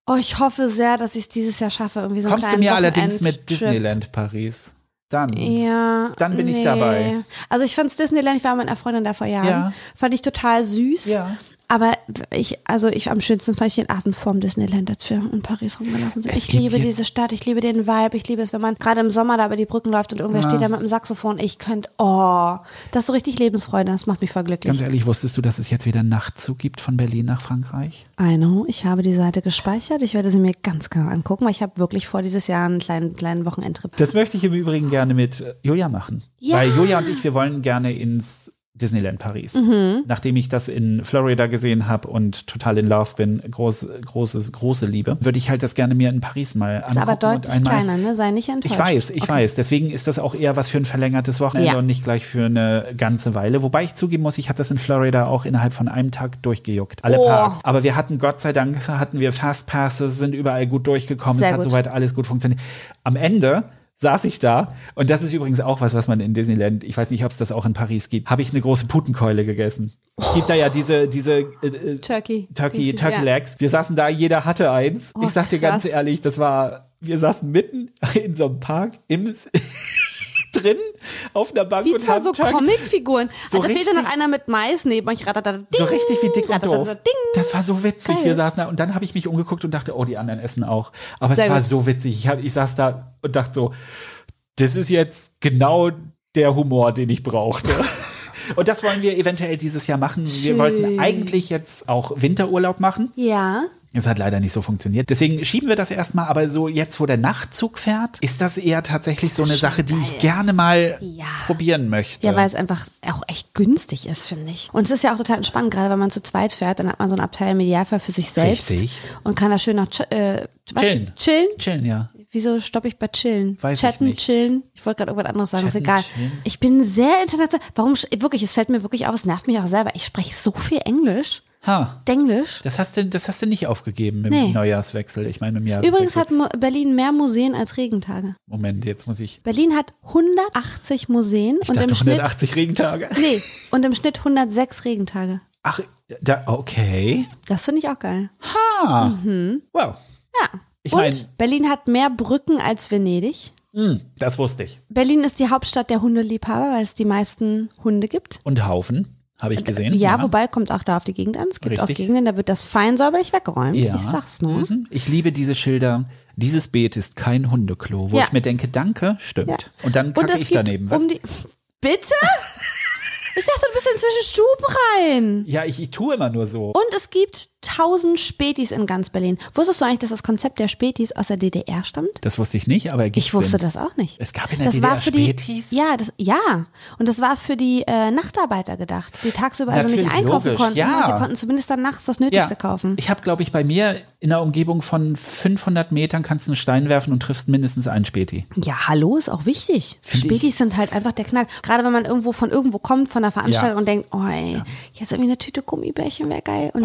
Speaker 2: Oh, ich hoffe sehr, dass ich es dieses Jahr schaffe. Irgendwie so einen
Speaker 3: Kommst du
Speaker 2: kleinen
Speaker 3: mir allerdings mit
Speaker 2: Wochenendtrip.
Speaker 3: Disneyland Paris? Dann.
Speaker 2: Ja.
Speaker 3: Dann bin ich
Speaker 2: nee.
Speaker 3: dabei.
Speaker 2: Also ich fand's Disneyland, ich war mit einer Freundin da vor Jahren.
Speaker 3: Ja.
Speaker 2: Fand ich total süß.
Speaker 3: Ja.
Speaker 2: Aber ich, also ich am schönsten fand ich den Abend vorm Disneyland, als wir in Paris rumgelaufen sind.
Speaker 3: Es
Speaker 2: ich
Speaker 3: gibt
Speaker 2: liebe
Speaker 3: jetzt-
Speaker 2: diese Stadt, ich liebe den Vibe, ich liebe es, wenn man gerade im Sommer da über die Brücken läuft und irgendwer steht da mit dem Saxophon. Ich könnte, oh, das ist so richtig Lebensfreude, das macht mich voll glücklich.
Speaker 3: Ganz ehrlich, wusstest du, dass es jetzt wieder einen Nachtzug gibt von Berlin nach Frankreich?
Speaker 2: I know, ich habe die Seite gespeichert, ich werde sie mir ganz genau angucken, weil ich habe wirklich vor, dieses Jahr einen kleinen, kleinen Wochenendtrip
Speaker 3: Das möchte ich im Übrigen gerne mit äh, Julia machen.
Speaker 2: Ja.
Speaker 3: Weil Julia und ich, wir wollen gerne ins Disneyland Paris.
Speaker 2: Mhm.
Speaker 3: Nachdem ich das in Florida gesehen habe und total in Love bin, groß, großes, große Liebe, würde ich halt das gerne mir in Paris mal angucken.
Speaker 2: Ist aber
Speaker 3: und
Speaker 2: deutlich
Speaker 3: einmal
Speaker 2: kleiner, ne? Sei nicht enttäuscht.
Speaker 3: ich weiß, ich weiß. Deswegen ist das auch eher was für ein verlängertes Wochenende
Speaker 2: Ja.
Speaker 3: und nicht gleich für eine ganze Weile. Wobei ich zugeben muss, ich habe das in Florida auch innerhalb von einem Tag durchgejuckt. Alle
Speaker 2: Oh.
Speaker 3: Parks. Aber wir hatten, Gott sei Dank, hatten wir Fastpasses, sind überall gut durchgekommen.
Speaker 2: Sehr
Speaker 3: es hat
Speaker 2: gut.
Speaker 3: soweit alles gut funktioniert. Am Ende saß ich da und das ist übrigens auch was, was man in Disneyland, ich weiß nicht, ob es das auch in Paris gibt, habe ich eine große Putenkeule gegessen.
Speaker 2: Oh.
Speaker 3: Es gibt da ja diese, diese äh, äh,
Speaker 2: Turkey.
Speaker 3: Turkey,
Speaker 2: Dings,
Speaker 3: Turkey Legs. Wir saßen da, jeder hatte eins.
Speaker 2: Oh,
Speaker 3: ich sag dir ganz
Speaker 2: krass.
Speaker 3: ehrlich, das war, wir saßen mitten in so einem Park im S- drin auf einer Bank
Speaker 2: Wie
Speaker 3: und
Speaker 2: zwar
Speaker 3: haben
Speaker 2: so
Speaker 3: Turkey-
Speaker 2: Comicfiguren.
Speaker 3: So
Speaker 2: Ah, da fehlt ja noch
Speaker 3: richtig-
Speaker 2: einer mit Mais neben euch. Ratatata, ding,
Speaker 3: so richtig wie dick und
Speaker 2: ratatata,
Speaker 3: doof.
Speaker 2: Ding.
Speaker 3: Das war so witzig.
Speaker 2: Geil.
Speaker 3: Wir saßen da und dann habe ich mich umgeguckt und dachte, oh, die anderen essen auch. Aber
Speaker 2: Sehr
Speaker 3: es war
Speaker 2: gut.
Speaker 3: so witzig. Ich, hab, ich saß da und dachte so, das ist jetzt genau der Humor, den ich brauchte. Und das wollen wir eventuell dieses Jahr machen. Wir
Speaker 2: Schön.
Speaker 3: wollten eigentlich jetzt auch Winterurlaub machen.
Speaker 2: Ja.
Speaker 3: Es hat leider nicht so funktioniert. Deswegen schieben wir das erstmal, aber so jetzt, wo der Nachtzug fährt, ist das eher tatsächlich so eine Sache, die ich gerne mal
Speaker 2: Ja.
Speaker 3: probieren möchte.
Speaker 2: Ja, weil es einfach auch echt günstig ist, finde ich. Und es ist ja auch total entspannend, gerade wenn man zu zweit fährt, dann hat man so einen Abteil im Idealfall für sich selbst.
Speaker 3: Richtig.
Speaker 2: Und kann da schön noch chi- äh, was?
Speaker 3: Chillen.
Speaker 2: chillen.
Speaker 3: Chillen, ja.
Speaker 2: Wieso stoppe ich bei Chillen?
Speaker 3: Weiß ich
Speaker 2: Chatten,
Speaker 3: nicht.
Speaker 2: Chillen. Ich wollte gerade irgendwas anderes sagen, ist
Speaker 3: Chatten,
Speaker 2: egal.
Speaker 3: chillen.
Speaker 2: Ich bin sehr international. Warum, sch- wirklich, es fällt mir wirklich auf, es nervt mich auch selber. Ich spreche so viel Englisch.
Speaker 3: Ha.
Speaker 2: Denglisch.
Speaker 3: Das hast du, das hast du nicht aufgegeben mit
Speaker 2: Nee.
Speaker 3: dem Neujahrswechsel. Ich meine, im Jahreswechsel.
Speaker 2: Übrigens hat Mo- Berlin mehr Museen als Regentage.
Speaker 3: Moment, jetzt muss ich.
Speaker 2: Berlin hat 180 Museen
Speaker 3: Ich
Speaker 2: und
Speaker 3: dachte
Speaker 2: im Schnitt
Speaker 3: 180 Regentage.
Speaker 2: nee, und im Schnitt 106 Regentage.
Speaker 3: Ach, da, okay.
Speaker 2: Das finde ich auch geil.
Speaker 3: Ha. Wow.
Speaker 2: Ja.
Speaker 3: Ich
Speaker 2: und
Speaker 3: mein-
Speaker 2: Berlin hat mehr Brücken als Venedig.
Speaker 3: Hm, das wusste ich.
Speaker 2: Berlin ist die Hauptstadt der Hundeliebhaber, weil es die meisten Hunde gibt.
Speaker 3: Und Haufen, habe ich gesehen.
Speaker 2: Ja, wobei kommt auch da auf die Gegend an. Es gibt auch
Speaker 3: Richtig.
Speaker 2: Gegenden, da wird das fein säuberlich weggeräumt.
Speaker 3: Ja.
Speaker 2: Ich sag's nur.
Speaker 3: Mhm. Ich liebe diese Schilder. Dieses Beet ist kein Hundeklo, wo
Speaker 2: Ja.
Speaker 3: ich mir denke, danke, stimmt.
Speaker 2: Ja.
Speaker 3: Und dann kacke
Speaker 2: es
Speaker 3: ich
Speaker 2: gibt
Speaker 3: daneben. Was?
Speaker 2: Um die Bitte? ich dachte, du bist inzwischen stubenrein.
Speaker 3: ja, ich, ich tue immer nur so.
Speaker 2: Und es gibt 1000 Spätis in ganz Berlin. Wusstest du eigentlich, dass das Konzept der Spätis aus der DDR stammt?
Speaker 3: Das wusste ich nicht, aber ergibt
Speaker 2: Ich wusste
Speaker 3: Sinn.
Speaker 2: das auch nicht.
Speaker 3: Es gab in der
Speaker 2: das
Speaker 3: DDR
Speaker 2: war für die,
Speaker 3: Spätis?
Speaker 2: Ja, das, ja. Und das war für die äh, Nachtarbeiter gedacht, die tagsüber also nicht
Speaker 3: Natürlich,
Speaker 2: einkaufen
Speaker 3: logisch,
Speaker 2: konnten.
Speaker 3: ja.
Speaker 2: Und die konnten zumindest dann nachts das Nötigste kaufen.
Speaker 3: Ich habe, glaube ich, bei mir in einer Umgebung von 500 Metern kannst du einen Stein werfen und triffst mindestens einen Späti.
Speaker 2: Ja, hallo ist auch wichtig.
Speaker 3: Find ich-
Speaker 2: Spätis sind halt einfach der Knall. Gerade wenn man irgendwo von irgendwo kommt, von einer Veranstaltung
Speaker 3: Ja. Oh,
Speaker 2: und denkt, oh ey, jetzt irgendwie eine Tüte Gummibärchen wäre geil. Und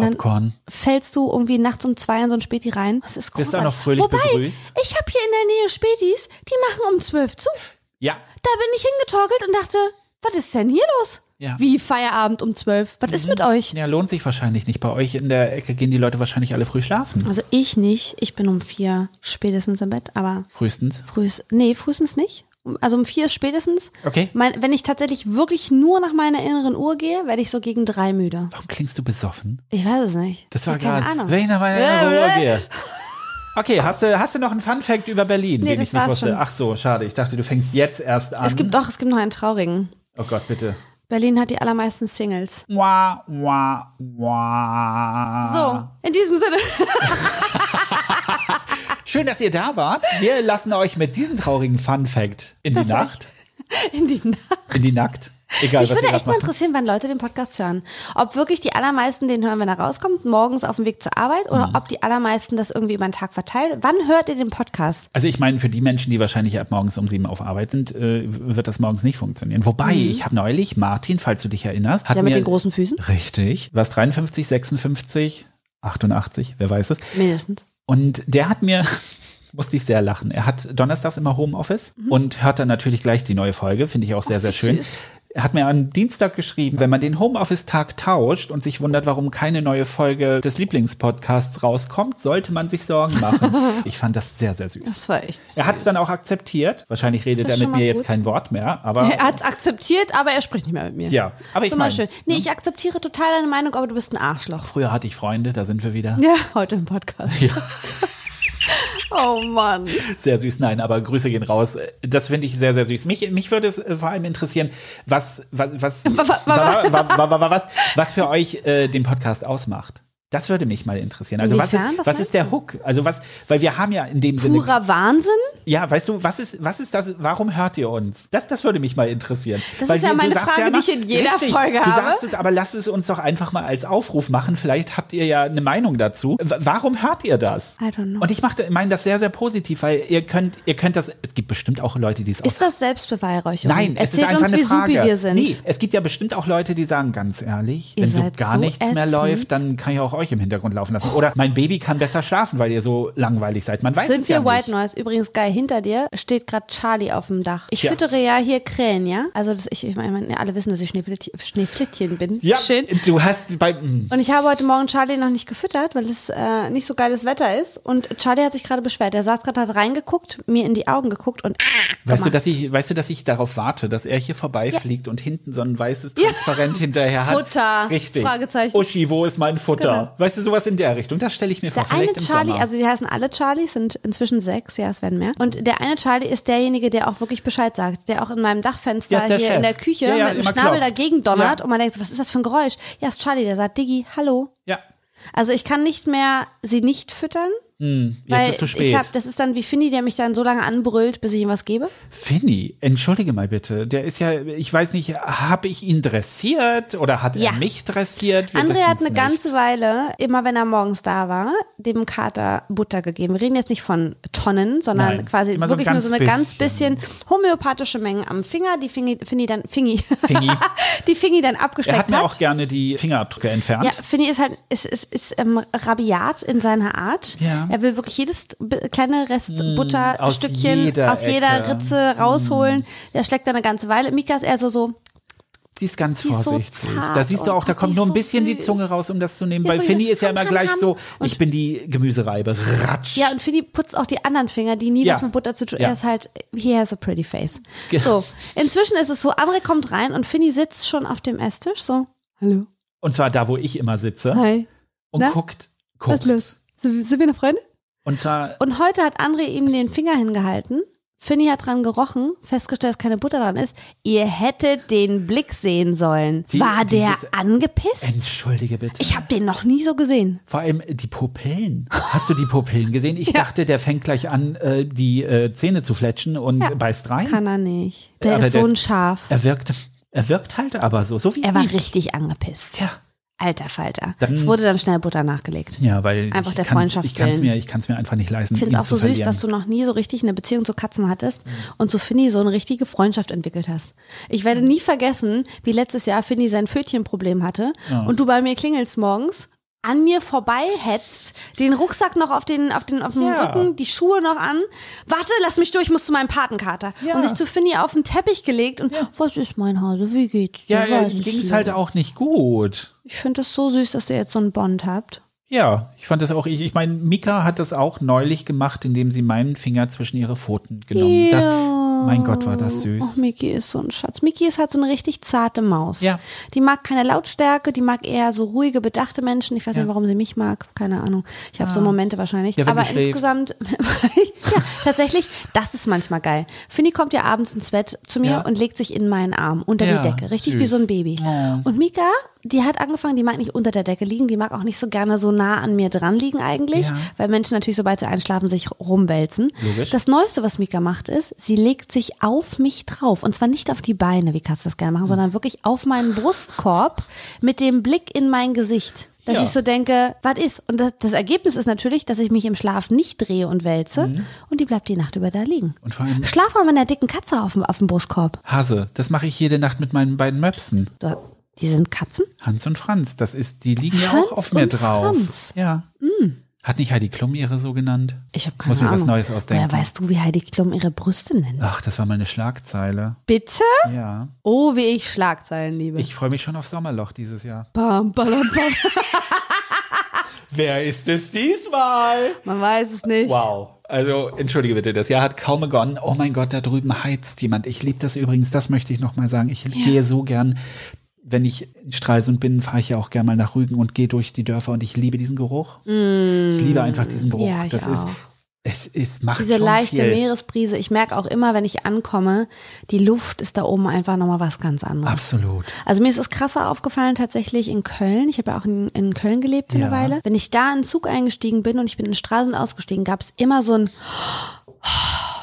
Speaker 2: dann
Speaker 3: Popcorn.
Speaker 2: fällst du irgendwie nachts um zwei in so ein Späti rein. Das ist großartig.
Speaker 3: Wirst du auch noch fröhlich
Speaker 2: Wobei,
Speaker 3: begrüßt?
Speaker 2: ich habe hier in der Nähe Spätis, die machen um zwölf zu.
Speaker 3: Ja.
Speaker 2: Da bin ich hingetorkelt und dachte, was ist denn hier los?
Speaker 3: Ja. Mhm.
Speaker 2: Wie Feierabend um zwölf? Was ist mit euch?
Speaker 3: Ja, lohnt sich wahrscheinlich nicht. Bei euch in der Ecke gehen die Leute wahrscheinlich alle früh schlafen.
Speaker 2: Also ich nicht. Ich bin um vier spätestens im Bett, aber
Speaker 3: Frühestens.
Speaker 2: Frühs, nee, frühestens nicht. Um- Also um vier ist spätestens.
Speaker 3: Okay.
Speaker 2: Mein, wenn ich tatsächlich wirklich nur nach meiner inneren Uhr gehe, werde ich so gegen drei müde.
Speaker 3: Warum klingst du besoffen?
Speaker 2: Ich weiß es nicht.
Speaker 3: Das war
Speaker 2: Ich hab
Speaker 3: gerade.
Speaker 2: Keine Ahnung.
Speaker 3: Wenn ich nach meiner
Speaker 2: Äh,
Speaker 3: Ruhe
Speaker 2: äh.
Speaker 3: gehe. Okay, hast du, hast du noch einen Fun-Fact über Berlin,
Speaker 2: Nee,
Speaker 3: den
Speaker 2: das
Speaker 3: ich nicht
Speaker 2: war's
Speaker 3: wusste?
Speaker 2: schon.
Speaker 3: Ach so, schade. Ich dachte, du fängst jetzt erst an.
Speaker 2: Es gibt doch, es gibt noch einen traurigen.
Speaker 3: oh Gott, bitte.
Speaker 2: Berlin hat die allermeisten Singles.
Speaker 3: Wah, wah, wah.
Speaker 2: So, in diesem Sinne.
Speaker 3: Schön, dass ihr da wart. Wir lassen euch mit diesem traurigen Fun-Fact in die
Speaker 2: war
Speaker 3: Nacht.
Speaker 2: In die Nacht.
Speaker 3: In die Nackt. Egal,
Speaker 2: Mich
Speaker 3: was
Speaker 2: würde echt
Speaker 3: ihr
Speaker 2: mal
Speaker 3: gerade macht.
Speaker 2: interessieren, wann Leute den Podcast hören. Ob wirklich die allermeisten den hören, wenn er rauskommt, morgens auf dem Weg zur Arbeit oder
Speaker 3: Mhm.
Speaker 2: ob die allermeisten das irgendwie über den Tag verteilt. Wann hört ihr den Podcast?
Speaker 3: Also ich meine, für die Menschen, die wahrscheinlich ab morgens um sieben auf Arbeit sind, äh, wird das morgens nicht funktionieren. Wobei, ich habe neulich, Martin, falls du dich erinnerst, hat
Speaker 2: Der
Speaker 3: mir,
Speaker 2: Mhm. mit den großen Füßen?
Speaker 3: Richtig. Was 53, 56, 88, wer weiß es.
Speaker 2: Mindestens.
Speaker 3: Und der hat mir, musste ich sehr lachen. Er hat donnerstags immer Homeoffice und hört dann natürlich gleich die neue Folge. Finde ich auch sehr,
Speaker 2: Mhm. Ach,
Speaker 3: sehr
Speaker 2: wie
Speaker 3: schön.
Speaker 2: süß.
Speaker 3: Er hat mir am Dienstag geschrieben, wenn man den Homeoffice-Tag tauscht und sich wundert, warum keine neue Folge des Lieblingspodcasts rauskommt, sollte man sich Sorgen machen. ich fand das sehr, sehr süß.
Speaker 2: Das war echt.
Speaker 3: Er hat es dann auch akzeptiert. Wahrscheinlich redet
Speaker 2: Das
Speaker 3: er
Speaker 2: ist schon
Speaker 3: mit
Speaker 2: mal
Speaker 3: mir
Speaker 2: gut.
Speaker 3: jetzt kein Wort mehr, aber
Speaker 2: Er hat es akzeptiert, aber er spricht nicht mehr mit mir.
Speaker 3: Ja, aber ich ne?
Speaker 2: Zum
Speaker 3: mein,
Speaker 2: Beispiel. Nee, ich akzeptiere total deine Meinung, aber du bist ein Arschloch.
Speaker 3: früher hatte ich Freunde, da sind wir wieder.
Speaker 2: Ja, heute im Podcast.
Speaker 3: Ja.
Speaker 2: Oh Mann.
Speaker 3: Sehr süß, nein, aber Grüße gehen raus. Das finde ich sehr, sehr süß. Mich, mich würde es äh, vor allem interessieren, was, was, was,
Speaker 2: Wa- wa- wa-
Speaker 3: wa- wa- wa- wa- was, was für euch äh, den Podcast ausmacht. Das würde mich mal interessieren. Also was ist,
Speaker 2: Inwiefern? Was
Speaker 3: was
Speaker 2: meinst
Speaker 3: ist der Hook? Also was, weil wir haben ja in dem Sinne,
Speaker 2: Purer Wahnsinn?
Speaker 3: ja, weißt du, was ist, was ist das? Warum hört ihr uns? Das, das würde mich mal interessieren.
Speaker 2: Das
Speaker 3: weil
Speaker 2: ist ja
Speaker 3: wir- du
Speaker 2: meine
Speaker 3: sagst
Speaker 2: Frage,
Speaker 3: immer-
Speaker 2: die ich in jeder
Speaker 3: richtig,
Speaker 2: Folge
Speaker 3: du
Speaker 2: habe.
Speaker 3: Sagst es, aber lasst es uns doch einfach mal als Aufruf machen. Vielleicht habt ihr ja eine Meinung dazu. W warum hört ihr das?
Speaker 2: I don't know.
Speaker 3: Und ich mach- meine das sehr, sehr positiv, weil ihr könnt, ihr könnt das. Es gibt bestimmt auch Leute, die es auch.
Speaker 2: Ist das Selbstbeweihräuchung?
Speaker 3: Nein, es ist
Speaker 2: Erzählt
Speaker 3: einfach
Speaker 2: uns,
Speaker 3: eine
Speaker 2: wie
Speaker 3: Frage.
Speaker 2: supi wir sind.
Speaker 3: Nee, es gibt ja bestimmt auch Leute, die sagen, ganz ehrlich,
Speaker 2: Ihr
Speaker 3: wenn so
Speaker 2: seid
Speaker 3: gar
Speaker 2: so
Speaker 3: nichts mehr
Speaker 2: ätzend.
Speaker 3: läuft, dann kann ich auch euch im Hintergrund laufen lassen. Oder mein Baby kann besser schlafen, weil ihr so langweilig seid. Man weiß
Speaker 2: Sind
Speaker 3: es ja
Speaker 2: wir
Speaker 3: nicht.
Speaker 2: White Noise? Übrigens geil, hinter dir steht gerade Charlie auf dem Dach. Ich
Speaker 3: Ja.
Speaker 2: füttere ja hier Krähen, ja? Also das, ich, ich meine, ja, alle wissen, dass ich Schneeflittchen, Schneeflittchen bin.
Speaker 3: Ja,
Speaker 2: Schön.
Speaker 3: du hast bei. mh.
Speaker 2: Und ich habe heute Morgen Charlie noch nicht gefüttert, weil es äh, nicht so geiles Wetter ist. Und Charlie hat sich gerade beschwert. Er saß gerade, hat reingeguckt, mir in die Augen geguckt und ah,
Speaker 3: Weißt du,
Speaker 2: gemacht.
Speaker 3: dass ich, weißt du, dass ich darauf warte, dass er hier vorbeifliegt und hinten so ein weißes Transparent hinterher hat?
Speaker 2: Futter.
Speaker 3: Richtig.
Speaker 2: Fragezeichen.
Speaker 3: Uschi, wo ist mein Futter?
Speaker 2: Genau.
Speaker 3: Weißt du, sowas in der Richtung. Das stelle ich mir vor.
Speaker 2: Der eine
Speaker 3: Vielleicht im
Speaker 2: Charlie,
Speaker 3: Sommer.
Speaker 2: also die heißen alle Charlie, sind inzwischen sechs, ja, es werden mehr. Und der eine Charlie ist derjenige, der auch wirklich Bescheid sagt, der auch in meinem
Speaker 3: Ja,
Speaker 2: Dachfenster
Speaker 3: ist der
Speaker 2: hier
Speaker 3: Chef.
Speaker 2: in der Küche
Speaker 3: Ja, ja,
Speaker 2: mit dem
Speaker 3: immer
Speaker 2: Schnabel
Speaker 3: klopft.
Speaker 2: dagegen donnert
Speaker 3: Ja.
Speaker 2: und man denkt, so, was ist das für ein Geräusch? Ja, ist Charlie, der sagt, Diggi, hallo.
Speaker 3: ja.
Speaker 2: Also ich kann nicht mehr sie nicht füttern.
Speaker 3: Jetzt ist zu spät.
Speaker 2: Ich hab, das ist dann wie Finny, der mich dann so lange anbrüllt, bis ich ihm was gebe.
Speaker 3: Finny, entschuldige mal bitte. Der ist ja, ich weiß nicht, habe ich ihn dressiert oder hat
Speaker 2: Ja.
Speaker 3: er mich dressiert? Wir
Speaker 2: André hat eine
Speaker 3: wissen's nicht.
Speaker 2: ganze Weile, immer wenn er morgens da war, dem Kater Butter gegeben. Wir reden jetzt nicht von Tonnen, sondern
Speaker 3: Nein,
Speaker 2: quasi
Speaker 3: immer so ein
Speaker 2: wirklich nur so
Speaker 3: ganz
Speaker 2: eine ganz
Speaker 3: bisschen.
Speaker 2: bisschen homöopathische Mengen am Finger, die Fingi, Finny dann Fingi,
Speaker 3: Fingi.
Speaker 2: die Fingi dann
Speaker 3: Er
Speaker 2: abgesteckt
Speaker 3: hat mir auch gerne die Fingerabdrücke entfernt.
Speaker 2: Ja, Finny ist halt ist, ist, ist ähm, rabiat in seiner Art.
Speaker 3: Ja.
Speaker 2: Er will wirklich jedes b- kleine
Speaker 3: Hm, aus
Speaker 2: Restbutterstückchen
Speaker 3: jeder
Speaker 2: aus jeder
Speaker 3: Ecke. Hm.
Speaker 2: Ritze rausholen. Der schlägt da eine ganze Weile. Mika ist eher so so,
Speaker 3: Die ist ganz
Speaker 2: Die ist so
Speaker 3: vorsichtig.
Speaker 2: zart
Speaker 3: da siehst du
Speaker 2: und-
Speaker 3: auch, da
Speaker 2: und die
Speaker 3: kommt
Speaker 2: ist
Speaker 3: nur ein
Speaker 2: so
Speaker 3: bisschen die
Speaker 2: süß.
Speaker 3: Zunge raus, um das zu nehmen.
Speaker 2: Ja,
Speaker 3: Weil
Speaker 2: so
Speaker 3: Finny
Speaker 2: hier,
Speaker 3: ist ja immer
Speaker 2: ham,
Speaker 3: gleich
Speaker 2: ham,
Speaker 3: so,
Speaker 2: ham.
Speaker 3: ich bin die Gemüsereibe. Ratsch.
Speaker 2: Ja, und Finny putzt auch äh, die anderen Finger, die nie
Speaker 3: Ja.
Speaker 2: was mit Butter zu tun
Speaker 3: Ja.
Speaker 2: Er ist halt, he has a pretty face.
Speaker 3: Ge-
Speaker 2: So, inzwischen ist es so, André kommt rein und Finny sitzt schon auf dem Esstisch, so, hallo,
Speaker 3: Und zwar da, wo ich immer sitze
Speaker 2: hi,
Speaker 3: und
Speaker 2: Na?
Speaker 3: guckt,
Speaker 2: was ist
Speaker 3: guckt.
Speaker 2: los? Sind, sind wir noch Freunde?
Speaker 3: Und zwar,
Speaker 2: Und heute hat André ihm den Finger hingehalten. Finny hat dran gerochen, festgestellt, dass keine Butter dran ist. Ihr hättet den Blick sehen sollen.
Speaker 3: Die- Äh,
Speaker 2: War der
Speaker 3: dieses-
Speaker 2: angepisst?
Speaker 3: entschuldige bitte.
Speaker 2: Ich habe den noch nie so gesehen.
Speaker 3: Vor allem die Pupillen. Hast du die Pupillen gesehen? Ich dachte, der fängt gleich an, äh, die äh, Zähne zu fletschen und
Speaker 2: Ja.
Speaker 3: beißt rein.
Speaker 2: Kann er nicht. Der
Speaker 3: Aber
Speaker 2: ist so ein Schaf.
Speaker 3: Er wirkt, er wirkt halt aber so, so wie
Speaker 2: Er war
Speaker 3: ich.
Speaker 2: richtig angepisst.
Speaker 3: Tja.
Speaker 2: Alter Falter.
Speaker 3: Dann-
Speaker 2: es wurde dann schnell Butter nachgelegt.
Speaker 3: Ja, weil
Speaker 2: Einfach
Speaker 3: ich
Speaker 2: der
Speaker 3: kann's-
Speaker 2: Freundschaft
Speaker 3: ich kann es
Speaker 2: willen.
Speaker 3: mir, ich kann's mir einfach nicht leisten.
Speaker 2: Ich finde
Speaker 3: ihn
Speaker 2: es auch so
Speaker 3: zu
Speaker 2: süß,
Speaker 3: verlieren. Mhm.
Speaker 2: dass du noch nie so richtig eine Beziehung zu Katzen hattest und zu Finny so eine richtige Freundschaft entwickelt hast. Ich werde nie vergessen, wie letztes Jahr Finny sein Pfötchenproblem hatte und du bei mir klingelst morgens an mir vorbei hetzt, den Rucksack noch auf den auf den auf dem
Speaker 3: Ja.
Speaker 2: Rücken, die Schuhe noch an. Warte, lass mich durch, ich muss zu meinem Patenkater.
Speaker 3: Ja.
Speaker 2: Und sich zu Finny auf den Teppich gelegt und was ist mein Hase, wie geht's dir?
Speaker 3: Ja, ja,
Speaker 2: Was
Speaker 3: ihm
Speaker 2: ist
Speaker 3: ging es
Speaker 2: hier?"
Speaker 3: halt auch nicht gut.
Speaker 2: Ich finde es so süß, dass ihr jetzt so einen Bond habt.
Speaker 3: Ja, ich fand das auch, ich, ich meine, Mika hat das auch neulich gemacht, indem sie meinen Finger zwischen ihre Pfoten genommen hat.
Speaker 2: Ja.
Speaker 3: Mein Gott, war das süß.
Speaker 2: Ach, Miki ist so ein Schatz. Miki ist halt so eine richtig zarte Maus.
Speaker 3: Ja.
Speaker 2: Die mag keine Lautstärke, die mag eher so ruhige, bedachte Menschen. Ich weiß
Speaker 3: Ja. Ah.
Speaker 2: nicht, warum sie mich mag. Keine Ahnung. Ich habe so Momente wahrscheinlich.
Speaker 3: Ja, wenn
Speaker 2: Aber
Speaker 3: du schläfst.
Speaker 2: insgesamt, ja, tatsächlich, das ist manchmal geil. Finny kommt ja abends ins Bett zu mir
Speaker 3: Ja.
Speaker 2: und legt sich in meinen Arm unter
Speaker 3: Ja,
Speaker 2: die Decke. Richtig wie
Speaker 3: süß.
Speaker 2: so ein Baby.
Speaker 3: Oh.
Speaker 2: Und Mika, die hat angefangen, die mag nicht unter der Decke liegen, die mag auch nicht so gerne so nah an mir dran liegen eigentlich,
Speaker 3: Ja.
Speaker 2: weil Menschen natürlich, sobald sie einschlafen, sich rumwälzen.
Speaker 3: Logisch.
Speaker 2: Das Neueste, was Mika macht, ist, sie legt sich auf mich drauf. Und zwar nicht auf die Beine, wie Katzen das gerne machen, sondern wirklich auf meinen Brustkorb mit dem Blick in mein Gesicht. Dass
Speaker 3: Ja.
Speaker 2: ich so denke, was ist? Und das, das Ergebnis ist natürlich, dass ich mich im Schlaf nicht drehe und wälze und die bleibt die Nacht über da liegen.
Speaker 3: Mhm. Und vor allem-
Speaker 2: Schlafraum einer dicken Katze auf dem, auf dem Brustkorb.
Speaker 3: Hase, das mache ich jede Nacht mit meinen beiden Möpsen.
Speaker 2: Du, die sind Katzen?
Speaker 3: Hans und Franz, das ist, die liegen ja
Speaker 2: Hans
Speaker 3: auch auf mir
Speaker 2: und
Speaker 3: drauf.
Speaker 2: Franz. Hm.
Speaker 3: Ja. Hat nicht Heidi Klum ihre so genannt?
Speaker 2: Ich habe keine
Speaker 3: Muss mir
Speaker 2: Ahnung.
Speaker 3: was Neues ausdenken.
Speaker 2: Woher weißt du, wie Heidi Klum ihre Brüste nennt?
Speaker 3: Ach, das war mal eine Schlagzeile.
Speaker 2: Bitte?
Speaker 3: Ja.
Speaker 2: Oh, wie ich Schlagzeilen liebe.
Speaker 3: Ich freue mich schon auf Sommerloch dieses Jahr.
Speaker 2: bam, bam, bam.
Speaker 3: Wer ist es diesmal?
Speaker 2: Man weiß es nicht.
Speaker 3: Wow. Also, entschuldige bitte, das Jahr hat kaum begonnen. Oh mein Gott, da drüben heizt jemand. Ich liebe das übrigens, das möchte ich nochmal sagen. Ich gehe so gern, wenn ich in Stralsund bin, fahre ich ja auch gern mal nach Rügen und gehe durch die Dörfer und ich liebe diesen Geruch. Ich liebe einfach diesen Geruch.
Speaker 2: Mm. Ja, ich
Speaker 3: das
Speaker 2: auch.
Speaker 3: ist, es ist, macht
Speaker 2: Diese
Speaker 3: schon
Speaker 2: leichte
Speaker 3: viel.
Speaker 2: Meeresbrise. Ich merke auch immer, wenn ich ankomme, die Luft ist da oben einfach nochmal was ganz anderes.
Speaker 3: Absolut.
Speaker 2: Also mir ist es krasser aufgefallen tatsächlich in Köln. Ich habe ja auch in, in Köln gelebt für eine
Speaker 3: Ja.
Speaker 2: Weile. Wenn ich da in den Zug eingestiegen bin und ich bin in Straßen ausgestiegen, gab es immer so einen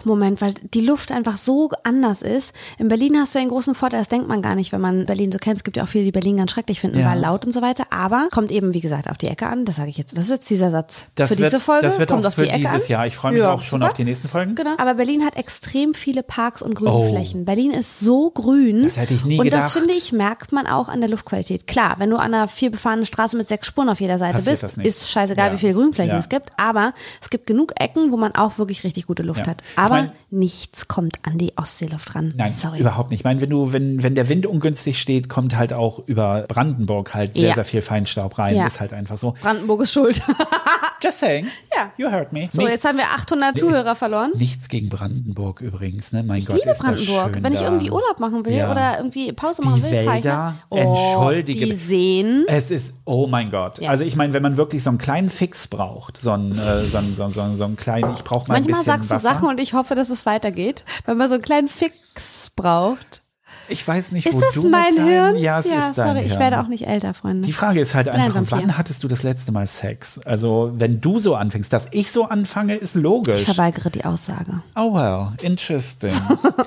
Speaker 2: Moment, weil die Luft einfach so anders ist. In Berlin hast du ja einen großen Vorteil, das denkt man gar nicht, wenn man Berlin so kennt. Es gibt ja auch viele, die Berlin ganz schrecklich finden,
Speaker 3: Ja.
Speaker 2: weil laut und so weiter. Aber kommt eben, wie gesagt, auf die Ecke an. Das sage ich jetzt. Das ist jetzt dieser Satz
Speaker 3: Das
Speaker 2: für
Speaker 3: wird,
Speaker 2: diese Folge.
Speaker 3: Das wird
Speaker 2: kommt
Speaker 3: auch
Speaker 2: auf
Speaker 3: für
Speaker 2: die Ecke
Speaker 3: dieses
Speaker 2: an.
Speaker 3: Jahr. Ich freue mich
Speaker 2: Ja,
Speaker 3: auch schon
Speaker 2: super.
Speaker 3: auf die nächsten Folgen.
Speaker 2: Genau. Aber Berlin hat extrem viele Parks und grüne
Speaker 3: Oh.
Speaker 2: Flächen. Berlin ist so grün.
Speaker 3: Das hätte ich nie
Speaker 2: Und das
Speaker 3: gedacht.
Speaker 2: finde ich, merkt man auch an der Luftqualität. Klar, wenn du an einer vielbefahrenen Straße mit sechs Spuren auf jeder Seite
Speaker 3: Passiert das
Speaker 2: bist,
Speaker 3: nicht.
Speaker 2: ist scheißegal,
Speaker 3: Ja.
Speaker 2: wie viele Grünflächen
Speaker 3: Ja.
Speaker 2: es gibt. Aber es gibt genug Ecken, wo man auch wirklich richtig gute Luft
Speaker 3: Ja.
Speaker 2: hat.
Speaker 3: Ich
Speaker 2: Aber
Speaker 3: mein-
Speaker 2: nichts kommt an die Ostseeluft ran.
Speaker 3: Nein,
Speaker 2: Sorry.
Speaker 3: überhaupt nicht. Ich meine, wenn du, wenn, wenn der Wind ungünstig steht, kommt halt auch über Brandenburg halt sehr,
Speaker 2: Ja.
Speaker 3: sehr viel Feinstaub rein.
Speaker 2: Ja.
Speaker 3: Ist halt einfach so.
Speaker 2: Brandenburg ist schuld.
Speaker 3: Just saying.
Speaker 2: Ja.
Speaker 3: You heard me.
Speaker 2: so,
Speaker 3: Nicht-
Speaker 2: jetzt haben wir 800 Zuhörer verloren.
Speaker 3: Nichts gegen Brandenburg übrigens, ne? Mein
Speaker 2: Ich
Speaker 3: Gott,
Speaker 2: liebe
Speaker 3: ist das
Speaker 2: Brandenburg.
Speaker 3: schön
Speaker 2: Wenn ich
Speaker 3: da.
Speaker 2: irgendwie Urlaub machen will
Speaker 3: Ja.
Speaker 2: oder irgendwie Pause machen
Speaker 3: Die
Speaker 2: will, fahre ich
Speaker 3: Wälder,
Speaker 2: nach. Oh,
Speaker 3: entschuldige
Speaker 2: die
Speaker 3: bitte.
Speaker 2: Seen.
Speaker 3: Es ist, oh mein Gott.
Speaker 2: Ja.
Speaker 3: Also ich meine, wenn man wirklich so einen kleinen Fix braucht, so einen, äh, so einen, so einen, so einen, so einen kleinen, ich brauche mal ein
Speaker 2: Manchmal
Speaker 3: bisschen
Speaker 2: sagst du
Speaker 3: Wasser.
Speaker 2: Sachen und ich hoffe, dass es weitergeht, wenn man so einen kleinen Fix braucht.
Speaker 3: Ich weiß nicht, wo
Speaker 2: Ist das
Speaker 3: du mit
Speaker 2: mein
Speaker 3: deinem-
Speaker 2: Hirn?
Speaker 3: Ja, es ist dein
Speaker 2: sorry, ich
Speaker 3: Hirn.
Speaker 2: werde auch nicht älter, Freunde.
Speaker 3: Die Frage ist halt
Speaker 2: ein
Speaker 3: einfach,
Speaker 2: Vampir.
Speaker 3: wann hattest du das letzte Mal Sex? Also, wenn du so anfängst, dass ich so anfange, ist logisch.
Speaker 2: Ich verweigere die Aussage.
Speaker 3: Oh well, interesting.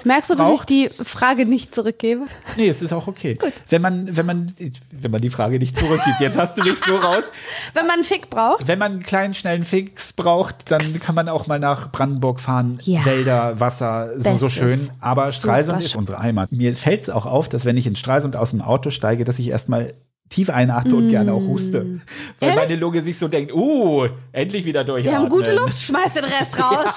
Speaker 2: Merkst du, dass ich
Speaker 3: braucht-
Speaker 2: die Frage nicht zurückgebe?
Speaker 3: Nee, es ist auch okay. Wenn man, wenn man, wenn man die Frage nicht zurückgibt, jetzt hast du mich so raus.
Speaker 2: Wenn man einen Fick braucht.
Speaker 3: Wenn man einen kleinen, schnellen Fix braucht, dann kann man auch mal nach Brandenburg fahren.
Speaker 2: Ja.
Speaker 3: Wälder, Wasser, so, so
Speaker 2: Bestes.
Speaker 3: schön. Aber
Speaker 2: Super
Speaker 3: Stralsund
Speaker 2: sch-
Speaker 3: ist unsere Heimat. Mir fällt es auch auf, dass wenn ich in Stralsund aus dem Auto steige, dass ich erstmal tief einachte und gerne auch huste. Weil
Speaker 2: Mm. Ehrlich?
Speaker 3: meine Lunge sich so denkt, uh, endlich wieder
Speaker 2: Wir
Speaker 3: durchatmen.
Speaker 2: haben gute Luft, schmeiß den Rest raus.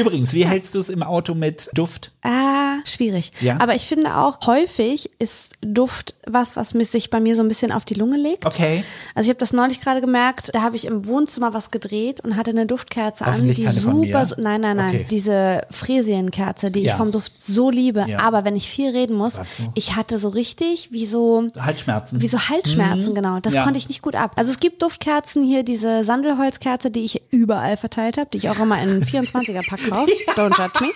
Speaker 3: Übrigens, wie hältst du es im Auto mit Duft?
Speaker 2: Ah, schwierig.
Speaker 3: Ja.
Speaker 2: Aber ich finde auch, häufig ist Duft was, was mich- sich bei mir so ein bisschen auf die Lunge legt.
Speaker 3: Okay.
Speaker 2: Also ich habe das neulich gerade gemerkt, da habe ich im Wohnzimmer was gedreht und hatte eine Duftkerze an,
Speaker 3: Hoffentlich
Speaker 2: die
Speaker 3: keine von
Speaker 2: super,
Speaker 3: mir.
Speaker 2: so- nein, nein, nein,
Speaker 3: Okay.
Speaker 2: diese Fräsienkerze, die ich
Speaker 3: Ja.
Speaker 2: vom Duft so liebe,
Speaker 3: Ja.
Speaker 2: aber wenn ich viel reden muss,
Speaker 3: Grad so.
Speaker 2: ich hatte so richtig wie so
Speaker 3: Halsschmerzen.
Speaker 2: wie so Halsschmerzen, genau. Das
Speaker 3: Mhm. Ja.
Speaker 2: konnte ich nicht gut ab. Also es gibt Duftkerzen hier, diese Sandelholzkerze, die ich überall verteilt habe, die ich auch immer in 24er-Pack kaufe. Don't judge me.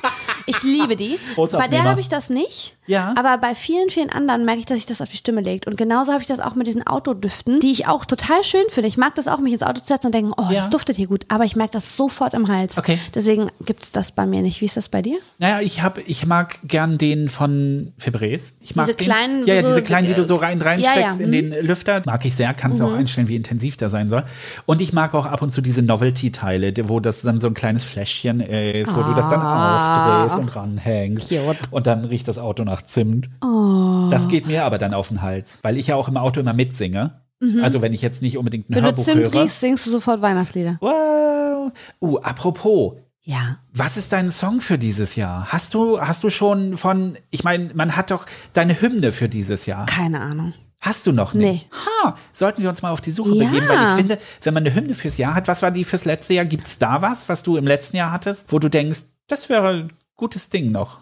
Speaker 2: Ich liebe die. Bei der
Speaker 3: Großabnehmer.
Speaker 2: habe ich das nicht.
Speaker 3: Ja.
Speaker 2: Aber bei vielen, vielen anderen merke ich, dass ich das auf die Stimme legt. Und genauso habe ich das auch mit diesen Autodüften, die ich auch total schön finde. Ich mag das auch, mich ins Auto zu setzen und denken, oh,
Speaker 3: Ja.
Speaker 2: das duftet hier gut. Aber ich merke das sofort im Hals.
Speaker 3: Okay.
Speaker 2: Deswegen gibt es das bei mir nicht. Wie ist das bei dir?
Speaker 3: Naja, ich hab, ich mag gern den von Febrés. Ich mag
Speaker 2: Diese
Speaker 3: den,
Speaker 2: kleinen,
Speaker 3: ja, ja,
Speaker 2: so- äh,
Speaker 3: diese kleinen, die du so rein reinsteckst
Speaker 2: Ja, mhm. ja,
Speaker 3: in den Lüfter, mag ich sehr. Kannst du auch einstellen, wie intensiv der sein soll. Und ich mag auch ab und zu diese Novelty-Teile, die- wo das dann so ein kleines Fläschchen ist, wo du das dann
Speaker 2: Ah.
Speaker 3: aufdrehst und ranhängst
Speaker 2: Cute.
Speaker 3: und dann riecht das Auto nach Zimt.
Speaker 2: Oh.
Speaker 3: Das geht mir aber dann auf den Hals, weil ich ja auch im Auto immer mitsinge. Also wenn ich jetzt nicht unbedingt ein
Speaker 2: Mhm. Wenn du
Speaker 3: Hörbuch
Speaker 2: Zimt
Speaker 3: höre.
Speaker 2: riechst, singst du sofort Weihnachtslieder.
Speaker 3: Wow. Uh, apropos,
Speaker 2: Ja.
Speaker 3: was ist dein Song für dieses Jahr? Hast du, hast du schon von, ich meine, man hat doch deine Hymne für dieses Jahr.
Speaker 2: Keine Ahnung.
Speaker 3: Hast du noch nicht? Ha, sollten wir uns mal auf die Suche
Speaker 2: Ja.
Speaker 3: begeben, weil ich finde, wenn man eine Hymne fürs Jahr hat, was war die fürs letzte Jahr? Gibt es da was, was du im letzten Jahr hattest, wo du denkst, das wäre ein gutes Ding noch?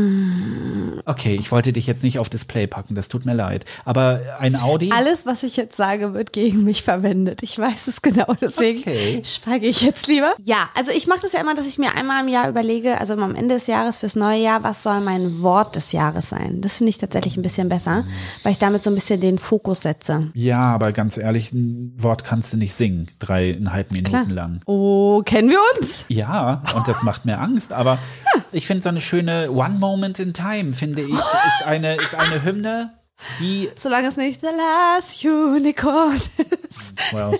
Speaker 2: Mm.
Speaker 3: Okay, ich wollte dich jetzt nicht auf Display packen, das tut mir leid. Aber ein Audi?
Speaker 2: Alles, was ich jetzt sage, wird gegen mich verwendet. Ich weiß es genau, deswegen
Speaker 3: Okay.
Speaker 2: schweige ich jetzt lieber. Ja, also ich mache das ja immer, dass ich mir einmal im Jahr überlege, also immer am Ende des Jahres fürs neue Jahr, was soll mein Wort des Jahres sein? Das finde ich tatsächlich ein bisschen besser, weil ich damit so ein bisschen den Fokus setze.
Speaker 3: ja, aber ganz ehrlich, ein Wort kannst du nicht singen, dreieinhalb Minuten
Speaker 2: Klar.
Speaker 3: lang.
Speaker 2: Oh, kennen wir uns?
Speaker 3: Ja, und das macht mir Angst, aber ich finde so eine schöne One Moment in Time, finde ich, ist eine, ist eine Hymne, die,
Speaker 2: Solange es nicht The Last Unicorn ist.
Speaker 3: well,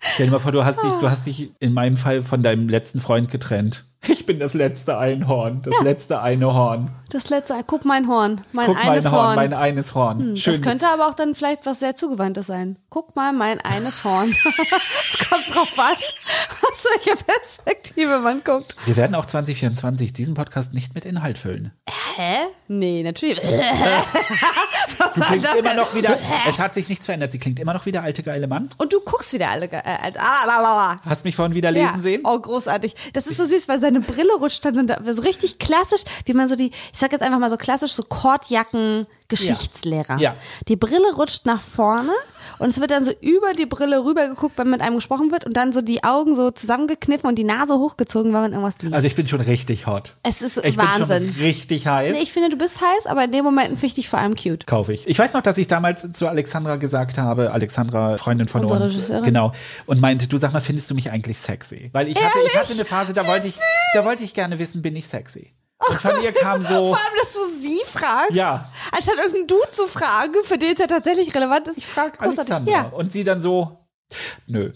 Speaker 3: stell dir mal vor, du hast dich, du hast dich in meinem Fall von deinem letzten Freund getrennt. Ich bin das letzte Einhorn, das letzte eine Horn.
Speaker 2: Das letzte, guck mein Horn, mein
Speaker 3: Guck
Speaker 2: eines
Speaker 3: mein Horn,
Speaker 2: Horn. Hm,
Speaker 3: mein eines Horn. Schön.
Speaker 2: Das könnte aber auch dann vielleicht was sehr Zugewandtes sein. Guck mal, mein eines Horn. Es kommt drauf an, aus welcher Perspektive man guckt.
Speaker 3: Wir werden auch 2024 diesen Podcast nicht mit Inhalt füllen.
Speaker 2: Hä? Nee, natürlich. was
Speaker 3: Du
Speaker 2: soll
Speaker 3: klingst
Speaker 2: das
Speaker 3: immer
Speaker 2: denn?
Speaker 3: noch wieder, es hat sich nichts verändert, sie klingt immer noch wieder alte geile Mann.
Speaker 2: Und du guckst wieder alle. ge- Äh, äh, ah, la, la, la.
Speaker 3: Hast mich vorhin wieder lesen
Speaker 2: ja.
Speaker 3: sehen?
Speaker 2: Oh, großartig. Das ist so süß, weil seine Brille rutscht dann und da, so richtig klassisch, wie man so die, ich sag jetzt einfach mal so klassisch, so Kordjacken. Geschichtslehrer.
Speaker 3: Ja.
Speaker 2: Die Brille rutscht nach vorne und es wird dann so über die Brille rüber geguckt, wenn mit einem gesprochen wird und dann so die Augen so zusammengekniffen und die Nase hochgezogen, weil man irgendwas liest.
Speaker 3: Also ich bin schon richtig hot.
Speaker 2: es ist
Speaker 3: Ich bin
Speaker 2: Wahnsinn.
Speaker 3: schon richtig heiß.
Speaker 2: Nee, ich finde, du bist heiß, aber in dem Moment finde ich dich vor allem cute.
Speaker 3: kaufe ich. Ich weiß noch, dass ich damals zu Alexandra gesagt habe, Alexandra, Freundin von
Speaker 2: Unsere
Speaker 3: uns,
Speaker 2: Regisseurin.
Speaker 3: genau, und meinte, du sag mal, findest du mich eigentlich sexy? Weil ich hatte, ich hatte eine Phase, da wollte ich, da wollte ich gerne wissen, bin ich sexy?
Speaker 2: Oh
Speaker 3: und von ihr kam so,
Speaker 2: Vor allem, dass du sie fragst.
Speaker 3: Ja.
Speaker 2: Anstatt irgendeinen Du zu fragen, für den es ja tatsächlich relevant ist.
Speaker 3: ich frag
Speaker 2: Großartig.
Speaker 3: Alexandra
Speaker 2: Ja.
Speaker 3: und sie dann so, nö.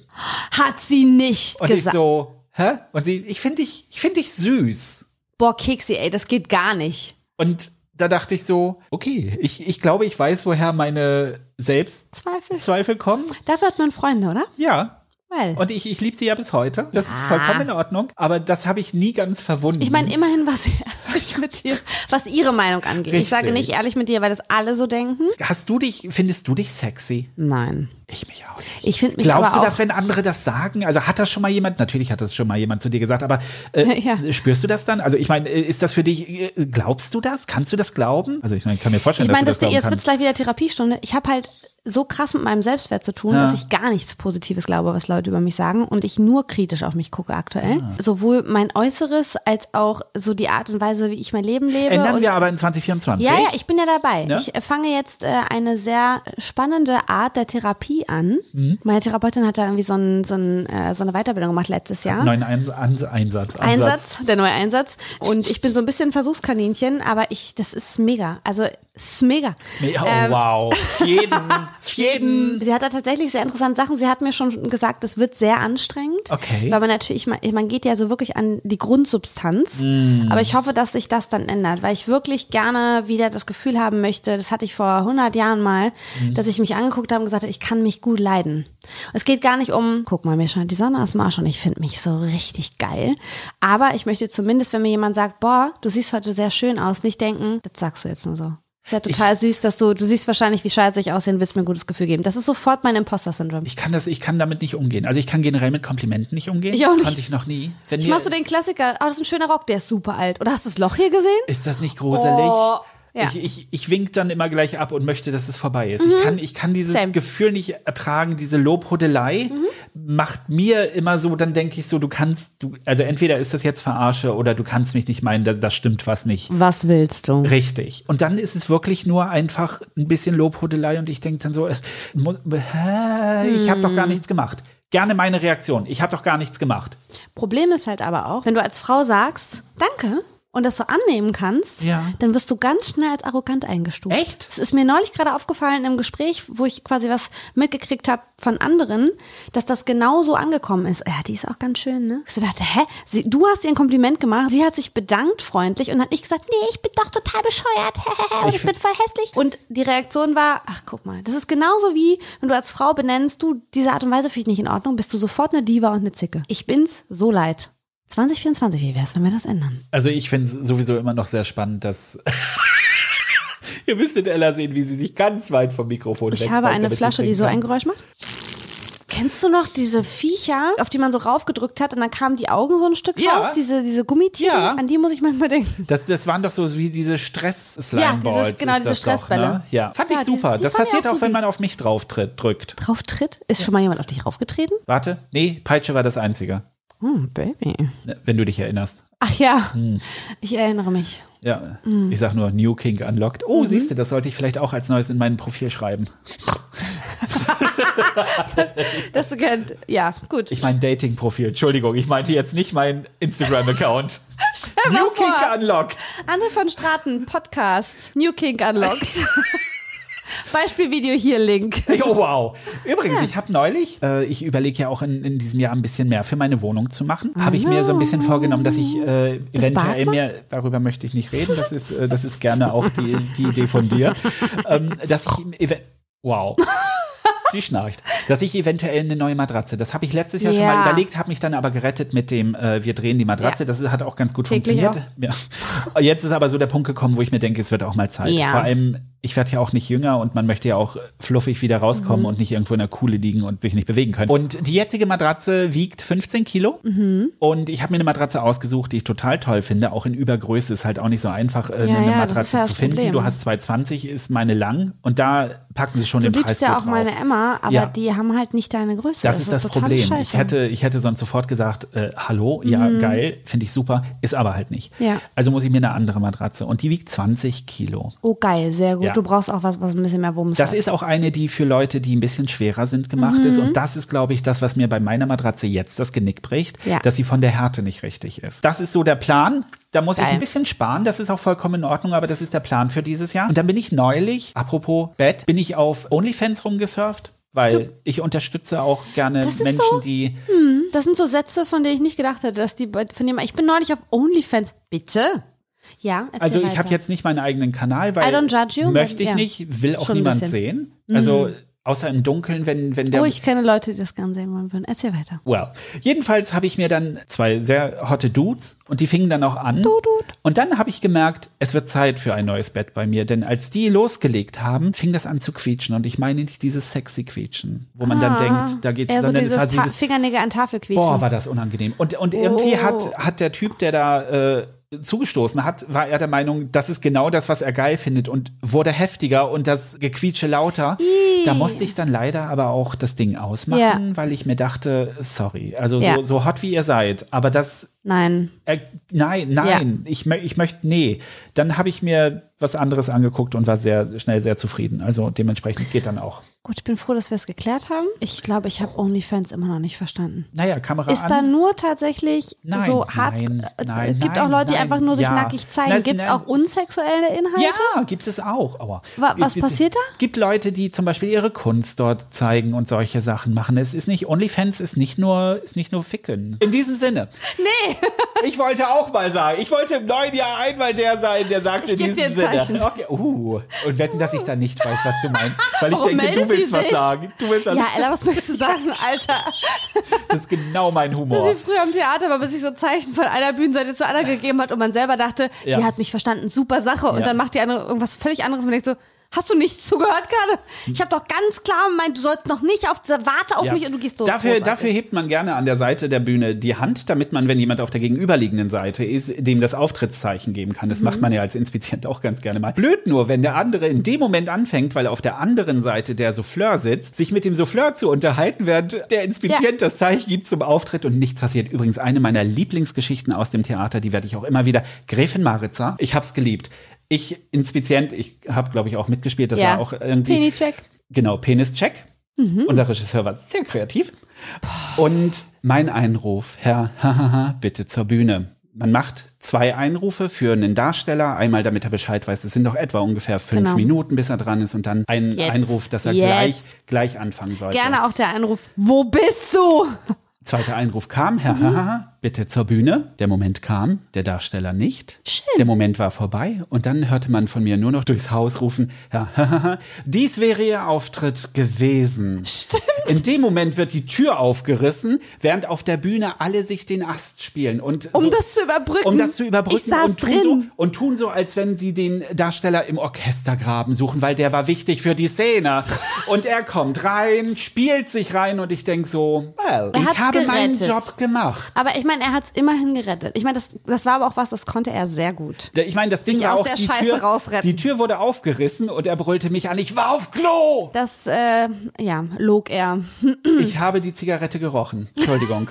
Speaker 2: Hat sie nicht
Speaker 3: Und ich
Speaker 2: gesagt.
Speaker 3: so, hä? Und sie, ich finde dich, ich finde dich süß.
Speaker 2: Boah, Keksi, ey, das geht gar nicht.
Speaker 3: Und da dachte ich so, okay, ich, ich glaube, ich weiß, woher meine Selbstzweifel
Speaker 2: Zweifel.
Speaker 3: kommen.
Speaker 2: Dafür hat man Freunde, oder?
Speaker 3: Ja,
Speaker 2: Weil.
Speaker 3: Und ich, ich liebe sie ja bis heute. Das ist vollkommen in Ordnung. Aber das habe ich nie ganz verwunden.
Speaker 2: Ah. ich meine, immerhin was ehrlich mit dir, was ihre Meinung angeht. Ich
Speaker 3: Richtig.
Speaker 2: sage nicht ehrlich mit dir, weil das alle so denken.
Speaker 3: Hast du dich, findest du dich sexy?
Speaker 2: Nein.
Speaker 3: Ich mich auch nicht.
Speaker 2: Ich finde mich
Speaker 3: Glaubst du,
Speaker 2: aber
Speaker 3: dass
Speaker 2: auch,
Speaker 3: wenn andere das sagen, also hat das schon mal jemand, natürlich hat das schon mal jemand zu dir gesagt, aber äh,
Speaker 2: Ja.
Speaker 3: spürst du das dann? Also ich meine, äh, ist das für dich, äh, glaubst du das? Kannst du das glauben? Also ich meine, ich kann mir vorstellen,
Speaker 2: ich meine,
Speaker 3: dass
Speaker 2: das
Speaker 3: du das
Speaker 2: jetzt
Speaker 3: glauben
Speaker 2: wird's
Speaker 3: kannst.
Speaker 2: gleich wieder Therapiestunde. Ich habe halt so krass mit meinem Selbstwert zu tun,
Speaker 3: Ja.
Speaker 2: dass ich gar nichts Positives glaube, was Leute über mich sagen und ich nur kritisch auf mich gucke aktuell.
Speaker 3: Ah.
Speaker 2: Sowohl mein Äußeres als auch so die Art und Weise, wie ich mein Leben lebe.
Speaker 3: Ändern
Speaker 2: und
Speaker 3: wir aber in 2024.
Speaker 2: ja, ja, ich bin ja dabei.
Speaker 3: Ja?
Speaker 2: Ich äh, fange jetzt äh, eine sehr spannende Art der Therapie an. Meine Therapeutin hat da irgendwie so, ein, so, ein, äh, so eine Weiterbildung gemacht letztes Jahr.
Speaker 3: Neuen ein An Einsatz.
Speaker 2: Einsatz, der neue Einsatz. Und ich bin so ein bisschen Versuchskaninchen, aber ich, das ist mega. Also, ist mega. Ähm,
Speaker 3: Oh, wow. Auf jeden. auf jeden.
Speaker 2: Sie hat da tatsächlich sehr interessante Sachen. Sie hat mir schon gesagt, es wird sehr anstrengend.
Speaker 3: Okay.
Speaker 2: Weil man natürlich, man, man geht ja so wirklich an die Grundsubstanz. Aber ich hoffe, dass sich das dann ändert, weil ich wirklich gerne wieder das Gefühl haben möchte, das hatte ich vor 100 Jahren mal, dass ich mich angeguckt habe und gesagt habe, ich kann mich gut leiden. Es geht gar nicht um, guck mal, mir scheint die Sonne aus dem Arsch und ich finde mich so richtig geil. Aber ich möchte zumindest, wenn mir jemand sagt, boah, du siehst heute sehr schön aus, nicht denken, das sagst du jetzt nur so. Ist ja total süß, dass du, du siehst wahrscheinlich, wie scheiße ich aussehe und willst mir ein gutes Gefühl geben. Das ist sofort mein Imposter-Syndrom.
Speaker 3: Ich kann das, ich kann damit nicht umgehen. Also ich kann generell mit Komplimenten nicht umgehen.
Speaker 2: Ich auch nicht.
Speaker 3: Konnte ich noch nie. Wenn
Speaker 2: Ich
Speaker 3: mir-
Speaker 2: mach so den Klassiker, oh, das ist ein schöner Rock, der ist super alt. Oder hast du das Loch hier gesehen?
Speaker 3: Ist das nicht gruselig?
Speaker 2: Oh, ja. Mhm.
Speaker 3: Ich, ich, ich wink dann immer gleich ab und möchte, dass es vorbei ist. Ich, kann, ich kann dieses
Speaker 2: Same.
Speaker 3: Gefühl nicht ertragen, diese Lobhudelei
Speaker 2: Mhm.
Speaker 3: macht mir immer so, dann denke ich so, du kannst, du, also entweder ist das jetzt Verarsche oder du kannst mich nicht meinen, da, da stimmt was nicht.
Speaker 2: Was willst du?
Speaker 3: Richtig. Und dann ist es wirklich nur einfach ein bisschen Lobhudelei und ich denke dann so, äh, mu- hä, ich habe
Speaker 2: Hm.
Speaker 3: doch gar nichts gemacht. Gerne meine Reaktion. Ich habe doch gar nichts gemacht.
Speaker 2: Problem ist halt aber auch, wenn du als Frau sagst, danke und das so annehmen kannst,
Speaker 3: Ja.
Speaker 2: dann wirst du ganz schnell als arrogant eingestuft.
Speaker 3: Echt?
Speaker 2: Es ist mir neulich gerade aufgefallen im Gespräch, wo ich quasi was mitgekriegt habe von anderen, dass das genauso angekommen ist. Ja, die ist auch ganz schön, ne? Ich so dachte, hä? Sie, du hast ihr ein Kompliment gemacht, sie hat sich bedankt freundlich und hat nicht gesagt, nee, ich bin doch total bescheuert, und ich,
Speaker 3: Ich
Speaker 2: bin voll hässlich. Und die Reaktion war, ach guck mal, das ist genauso wie, wenn du als Frau benennst, du, diese Art und Weise finde ich nicht in Ordnung, bist du sofort eine Diva und eine Zicke. Ich bin's so leid. 2024, wie wär's, wenn wir das ändern?
Speaker 3: Also ich finde es sowieso immer noch sehr spannend, dass ihr müsstet Ella sehen, wie sie sich ganz weit vom Mikrofon
Speaker 2: Ich habe eine Flasche, die so ein Geräusch macht. Kennst du noch diese Viecher, auf die man so raufgedrückt hat und dann kamen die Augen so ein Stück
Speaker 3: Ja.
Speaker 2: raus? Diese, diese Gummitiere,
Speaker 3: Ja.
Speaker 2: an die muss ich manchmal denken.
Speaker 3: Das, das waren doch so wie diese
Speaker 2: Ja,
Speaker 3: Stress-Slime-Balls.
Speaker 2: dieses- genau,
Speaker 3: ist
Speaker 2: diese
Speaker 3: das doch,
Speaker 2: Stressbälle.
Speaker 3: Ne? Ja, fand
Speaker 2: Ja,
Speaker 3: ich super.
Speaker 2: die- die
Speaker 3: das
Speaker 2: fand ich
Speaker 3: passiert
Speaker 2: auch
Speaker 3: auch,
Speaker 2: super.
Speaker 3: wenn man auf mich drauf tritt, drückt.
Speaker 2: Drauftritt? Ist schon mal jemand auf dich raufgetreten?
Speaker 3: Warte, nee, Peitsche war das Einzige,
Speaker 2: Oh, Baby.
Speaker 3: ne, wenn du dich erinnerst.
Speaker 2: Ach ja,
Speaker 3: Hm.
Speaker 2: ich erinnere mich.
Speaker 3: Ja,
Speaker 2: Mhm.
Speaker 3: ich sag nur New King Unlocked. Oh, siehst du, das sollte ich vielleicht auch als Neues in mein Profil schreiben.
Speaker 2: Dass du gern, ja, gut.
Speaker 3: Ich mein Dating-Profil, Entschuldigung, ich meinte jetzt nicht mein Instagram-Account. New King
Speaker 2: vor.
Speaker 3: Unlocked.
Speaker 2: Anne von Straten, Podcast, New King Unlocked. Beispielvideo hier, Link.
Speaker 3: Oh, wow. Übrigens, ich habe neulich, äh, ich überlege ja auch in, in diesem Jahr ein bisschen mehr für meine Wohnung zu machen. Habe ich mir so ein bisschen vorgenommen, dass ich äh, eventuell
Speaker 2: Bad
Speaker 3: mehr, darüber möchte ich nicht reden, das ist, äh, das ist gerne auch die, die Idee von dir, ähm, dass ich, im even- wow. Sie schnarcht. Dass ich eventuell eine neue Matratze. Das habe ich letztes Jahr schon
Speaker 2: Ja.
Speaker 3: mal überlegt, habe mich dann aber gerettet mit dem, äh, wir drehen die Matratze.
Speaker 2: Ja.
Speaker 3: Das hat auch ganz gut
Speaker 2: Täglich
Speaker 3: funktioniert. Ja. Jetzt ist aber so der Punkt gekommen, wo ich mir denke, es wird auch mal Zeit.
Speaker 2: Ja.
Speaker 3: Vor allem, ich werde ja auch nicht jünger und man möchte ja auch fluffig wieder rauskommen
Speaker 2: Mhm.
Speaker 3: und nicht irgendwo in der Kuhle liegen und sich nicht bewegen können. Und die jetzige Matratze wiegt 15 Kilo.
Speaker 2: Mhm.
Speaker 3: Und ich habe mir eine Matratze ausgesucht, die ich total toll finde. Auch in Übergröße ist halt auch nicht so einfach, äh,
Speaker 2: Ja,
Speaker 3: eine
Speaker 2: ja, das ist
Speaker 3: Matratze
Speaker 2: ja das
Speaker 3: zu finden.
Speaker 2: Problem.
Speaker 3: Du hast 220, ist meine lang. Und da packen sie schon
Speaker 2: Du
Speaker 3: den Preis
Speaker 2: liebst ja
Speaker 3: Halt gut
Speaker 2: auch
Speaker 3: drauf.
Speaker 2: meine Emma, aber
Speaker 3: Ja.
Speaker 2: die haben halt nicht deine Größe.
Speaker 3: Das, ist das
Speaker 2: total
Speaker 3: Problem. Ich
Speaker 2: Scheiße.
Speaker 3: hätte, ich hätte sonst sofort gesagt, äh, hallo, ja, geil, finde ich super, ist aber halt nicht.
Speaker 2: Mhm. Ja.
Speaker 3: Also muss ich mir eine andere Matratze und die wiegt 20 Kilo.
Speaker 2: oh, geil, sehr gut.
Speaker 3: Ja.
Speaker 2: Du brauchst auch was, was ein bisschen mehr Wumms
Speaker 3: Das
Speaker 2: hat.
Speaker 3: ist auch eine, die für Leute, die ein bisschen schwerer sind, gemacht ist.
Speaker 2: Mhm.
Speaker 3: Und das ist, glaube ich, das, was mir bei meiner Matratze jetzt das Genick bricht,
Speaker 2: Ja.
Speaker 3: dass sie von der Härte nicht richtig ist. Das ist so der Plan. Da muss ich
Speaker 2: Geil.
Speaker 3: ein bisschen sparen, das ist auch vollkommen in Ordnung, aber das ist der Plan für dieses Jahr. Und dann bin ich neulich, apropos Bett, bin ich auf OnlyFans rumgesurft, weil ich unterstütze auch gerne
Speaker 2: Das ist
Speaker 3: Menschen,
Speaker 2: so-
Speaker 3: die
Speaker 2: Hm? Das sind so Sätze, von denen ich nicht gedacht hätte, dass die bei- von dem. Ich bin neulich auf OnlyFans. Bitte? Ja, erzähl
Speaker 3: Also ich
Speaker 2: weiter.
Speaker 3: habe jetzt nicht meinen eigenen Kanal, weil
Speaker 2: I don't judge you,
Speaker 3: möchte
Speaker 2: but-
Speaker 3: ich
Speaker 2: ja.
Speaker 3: nicht, will auch
Speaker 2: Schon ein
Speaker 3: niemand
Speaker 2: bisschen. Mhm.
Speaker 3: sehen. Also außer im Dunkeln, wenn wenn der
Speaker 2: Oh, ich kenne Leute, die das gerne sehen wollen würden. Erzähl weiter.
Speaker 3: Well, jedenfalls habe ich mir dann zwei sehr hotte Dudes und die fingen dann auch an.
Speaker 2: dude.
Speaker 3: Und dann habe ich gemerkt, es wird Zeit für ein neues Bett bei mir, denn als die losgelegt haben, fing das an zu quietschen und ich meine nicht dieses sexy Quietschen, wo man dann halt denkt, da geht's
Speaker 2: Ah, Eher so
Speaker 3: sondern es
Speaker 2: dieses,
Speaker 3: hat
Speaker 2: Ta- Fingernägel an Tafel quietschen.
Speaker 3: Boah, war das unangenehm. Und, und irgendwie
Speaker 2: Oh.
Speaker 3: hat, hat der Typ, der da äh, zugestoßen hat, war er der Meinung, das ist genau das, was er geil findet und wurde heftiger und das Gequietsche lauter. Da musste ich dann leider aber auch das Ding ausmachen,
Speaker 2: Ja.
Speaker 3: weil ich mir dachte, sorry, also
Speaker 2: Ja.
Speaker 3: so, so hot wie ihr seid, aber das
Speaker 2: Nein.
Speaker 3: äh, nein, nein, ich, mö- ich möchte, nee. Dann habe ich mir was anderes angeguckt und war sehr schnell sehr zufrieden. Also dementsprechend geht dann auch.
Speaker 2: Gut, ich bin froh, dass wir es geklärt haben. Ich glaube, ich habe OnlyFans immer noch nicht verstanden.
Speaker 3: Naja, Kamera
Speaker 2: Ist
Speaker 3: an.
Speaker 2: da nur tatsächlich
Speaker 3: Nein,
Speaker 2: so hart?
Speaker 3: nein,
Speaker 2: äh,
Speaker 3: nein,
Speaker 2: gibt
Speaker 3: nein,
Speaker 2: auch Leute, die
Speaker 3: nein,
Speaker 2: einfach nur sich
Speaker 3: ja.
Speaker 2: nackig zeigen.
Speaker 3: Nein,
Speaker 2: Gibt es
Speaker 3: nein.
Speaker 2: auch unsexuelle Inhalte?
Speaker 3: ja, gibt es auch. Aua.
Speaker 2: Wa-
Speaker 3: Es gibt-
Speaker 2: was passiert da?
Speaker 3: Es gibt Leute, die zum Beispiel ihre Kunst dort zeigen und solche Sachen machen. Es ist nicht, OnlyFans ist nicht nur, ist nicht nur Ficken. In diesem Sinne.
Speaker 2: Nee.
Speaker 3: Ich wollte auch mal sagen, ich wollte im neuen Jahr einmal der sein, der sagt
Speaker 2: Ich
Speaker 3: in
Speaker 2: geb
Speaker 3: diesem
Speaker 2: dir ein Zeichen.
Speaker 3: Sinne. Okay. Uh, und wetten, dass ich da nicht weiß, was du meinst. Weil ich
Speaker 2: Warum
Speaker 3: denke,
Speaker 2: meldet
Speaker 3: du willst
Speaker 2: sie
Speaker 3: was
Speaker 2: sich?
Speaker 3: sagen. Du willst also- was
Speaker 2: Ja, Ella, was möchtest du sagen, Alter?
Speaker 3: Das ist genau mein
Speaker 2: Das
Speaker 3: Humor.
Speaker 2: ist wie früher am Theater, war, bis sich so ein Zeichen von einer Bühnenseite zur anderen gegeben hat und man selber dachte,
Speaker 3: Ja.
Speaker 2: die hat mich verstanden, super Sache. Und
Speaker 3: Ja.
Speaker 2: dann macht die andere irgendwas völlig anderes und man denkt so, hast du nicht zugehört gerade? Ich habe doch ganz klar gemeint, du sollst noch nicht auf, warte auf
Speaker 3: Ja.
Speaker 2: mich und du gehst los.
Speaker 3: Dafür,
Speaker 2: Großartig.
Speaker 3: dafür hebt man gerne an der Seite der Bühne die Hand, damit man, wenn jemand auf der gegenüberliegenden Seite ist, dem das Auftrittszeichen geben kann. Das
Speaker 2: Mhm.
Speaker 3: macht man ja als Inspizient auch ganz gerne mal. Blöd nur, wenn der andere in dem Moment anfängt, weil auf der anderen Seite der Souffleur sitzt, sich mit dem Souffleur zu unterhalten, während der Inspizient das Zeichen gibt zum Auftritt und nichts passiert. Übrigens eine meiner Lieblingsgeschichten aus dem Theater, die werde ich auch immer wieder. Gräfin Maritza, ich hab's geliebt. Ich, Inspizient, ich habe, glaube ich, auch mitgespielt. Das
Speaker 2: Ja. Mhm.
Speaker 3: war auch irgendwie.
Speaker 2: Penicheck.
Speaker 3: Genau, Penischeck. Unser Regisseur war sehr kreativ. Und mein Einruf, Herr, hahaha, bitte zur Bühne. Man macht zwei Einrufe für einen Darsteller, einmal damit er Bescheid weiß, es sind noch etwa ungefähr fünf
Speaker 2: Genau.
Speaker 3: Minuten, bis er dran ist und dann ein
Speaker 2: Jetzt.
Speaker 3: Einruf, dass er
Speaker 2: Jetzt.
Speaker 3: gleich, gleich anfangen sollte.
Speaker 2: Gerne auch der Anruf, wo bist du?
Speaker 3: Zweiter Einruf kam, Herr,
Speaker 2: Mhm.
Speaker 3: hahaha, bitte zur Bühne. Der Moment kam, der Darsteller nicht. Der Moment war vorbei und dann hörte man von mir nur noch durchs Haus rufen, Herr, hahaha, dies wäre Ihr Auftritt gewesen.
Speaker 2: Stimmt.
Speaker 3: In dem Moment wird die Tür aufgerissen, während auf der Bühne alle sich den Ast spielen. Und
Speaker 2: Um
Speaker 3: so,
Speaker 2: das zu überbrücken.
Speaker 3: Um das zu überbrücken.
Speaker 2: Ich saß
Speaker 3: und tun
Speaker 2: drin.
Speaker 3: So, und tun so, als wenn sie den Darsteller im Orchestergraben suchen, weil der war wichtig für die Szene. und er kommt rein, spielt sich rein und ich denke so, well,
Speaker 2: Er hat's
Speaker 3: ich habe meinen
Speaker 2: gerettet.
Speaker 3: Job gemacht.
Speaker 2: Aber ich meine, er hat es immerhin gerettet. Ich meine, das, das war aber auch was, das konnte er sehr gut.
Speaker 3: Da- Ich meine, das Ding
Speaker 2: Sich
Speaker 3: war
Speaker 2: aus
Speaker 3: auch,
Speaker 2: der
Speaker 3: die,
Speaker 2: Scheiße
Speaker 3: Tür,
Speaker 2: rausretten.
Speaker 3: die Tür wurde aufgerissen und er brüllte mich an, ich war auf Klo.
Speaker 2: Das, äh, ja, log er.
Speaker 3: Ich habe die Zigarette gerochen. Entschuldigung.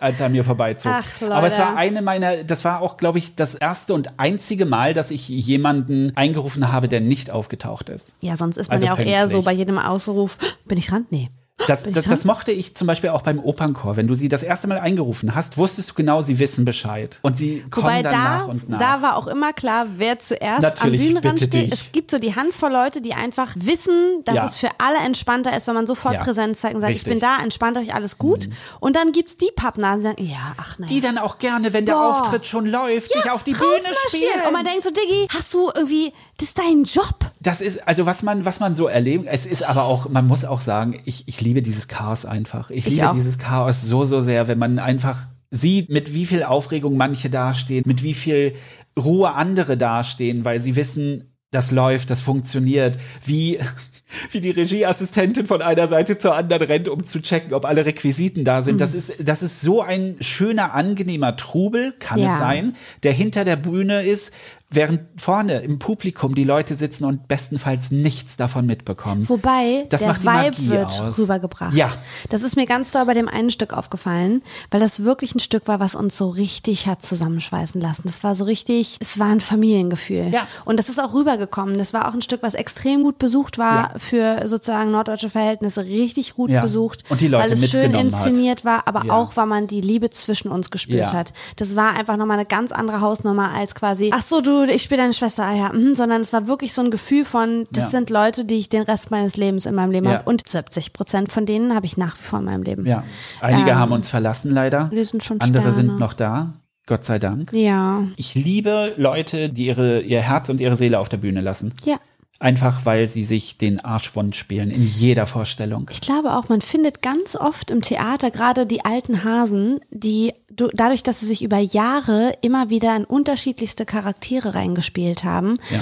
Speaker 3: Als er mir vorbeizog.
Speaker 2: Ach, Leute.
Speaker 3: Aber es war eine meiner, das war auch, glaube ich, das erste und einzige Mal, dass ich jemanden eingerufen habe, der nicht aufgetaucht ist.
Speaker 2: Ja, sonst ist man
Speaker 3: Also
Speaker 2: ja auch
Speaker 3: pünktlich.
Speaker 2: eher so bei jedem Ausruf, bin ich dran? Nee.
Speaker 3: Das,
Speaker 2: Bin ich
Speaker 3: das,
Speaker 2: dran?
Speaker 3: das mochte ich zum Beispiel auch beim Opernchor. Wenn du sie das erste Mal eingerufen hast, wusstest du genau, sie wissen Bescheid. Und sie kommen
Speaker 2: Wobei
Speaker 3: dann
Speaker 2: da,
Speaker 3: nach und nach.
Speaker 2: da war auch immer klar, wer zuerst
Speaker 3: Natürlich,
Speaker 2: am Bühnenrand
Speaker 3: bitte
Speaker 2: steht.
Speaker 3: dich.
Speaker 2: Es gibt so die Handvoll Leute, die einfach wissen, dass
Speaker 3: Ja.
Speaker 2: es für alle entspannter ist, wenn man sofort
Speaker 3: Ja.
Speaker 2: Präsenz zeigt und sagt, ich
Speaker 3: Richtig. Mhm.
Speaker 2: bin da, entspannt euch, alles gut. Und dann gibt's die Pappnasen, die sagen, ja, ach nein.
Speaker 3: die dann auch gerne, wenn der
Speaker 2: Boah. Oh
Speaker 3: Auftritt schon läuft, sich auf die Bühne spielen.
Speaker 2: Und man denkt so, Diggi, hast du irgendwie, das ist dein Job.
Speaker 3: Das ist, also was man, was man so erlebt, es ist aber auch, man muss auch sagen, ich, ich liebe dieses Chaos einfach. Ich,
Speaker 2: Ich
Speaker 3: liebe
Speaker 2: auch.
Speaker 3: dieses Chaos so, so sehr, wenn man einfach sieht, mit wie viel Aufregung manche dastehen, mit wie viel Ruhe andere dastehen, weil sie wissen, das läuft, das funktioniert, wie, wie die Regieassistentin von einer Seite zur anderen rennt, um zu checken, ob alle Requisiten da
Speaker 2: Mhm.
Speaker 3: sind. Das ist, das ist so ein schöner, angenehmer Trubel, kann
Speaker 2: Ja.
Speaker 3: es sein der hinter der Bühne ist, während vorne im Publikum die Leute sitzen und bestenfalls nichts davon mitbekommen.
Speaker 2: Wobei
Speaker 3: Das
Speaker 2: der
Speaker 3: macht die
Speaker 2: Vibe
Speaker 3: Magie
Speaker 2: wird
Speaker 3: aus.
Speaker 2: rübergebracht.
Speaker 3: Ja.
Speaker 2: Das ist mir ganz doll bei dem einen Stück aufgefallen, weil das wirklich ein Stück war, was uns so richtig hat zusammenschweißen lassen. Das war so richtig, es war ein Familiengefühl.
Speaker 3: Ja.
Speaker 2: Und das ist auch rübergekommen. Das war auch ein Stück, was extrem gut besucht war
Speaker 3: Ja.
Speaker 2: für sozusagen norddeutsche Verhältnisse, richtig gut
Speaker 3: Ja.
Speaker 2: besucht,
Speaker 3: Und die Leute
Speaker 2: weil es schön
Speaker 3: mitgenommen hat.
Speaker 2: inszeniert war, aber
Speaker 3: Ja.
Speaker 2: auch, weil man die Liebe zwischen uns gespürt
Speaker 3: Ja.
Speaker 2: hat. Das war einfach nochmal eine ganz andere Hausnummer als quasi, ach so, du, ich spiele deine Schwester, ah ja, mhm, sondern es war wirklich so ein Gefühl von, das
Speaker 3: Ja.
Speaker 2: sind Leute, die ich den Rest meines Lebens in meinem Leben
Speaker 3: Ja.
Speaker 2: habe. Und 70 Prozent von denen habe ich nach wie vor in meinem Leben.
Speaker 3: ja, einige
Speaker 2: Ähm,
Speaker 3: haben uns verlassen leider.
Speaker 2: wir sind schon
Speaker 3: Andere
Speaker 2: Sterne.
Speaker 3: sind noch da. Gott sei Dank.
Speaker 2: Ja.
Speaker 3: Ich liebe Leute, die ihre, ihr Herz und ihre Seele auf der Bühne lassen.
Speaker 2: Ja.
Speaker 3: Einfach weil sie sich den Arsch wund spielen in jeder Vorstellung.
Speaker 2: Ich glaube auch, man findet ganz oft im Theater gerade die alten Hasen, die du, dadurch, dass sie sich über Jahre immer wieder in unterschiedlichste Charaktere reingespielt haben,
Speaker 3: Ja.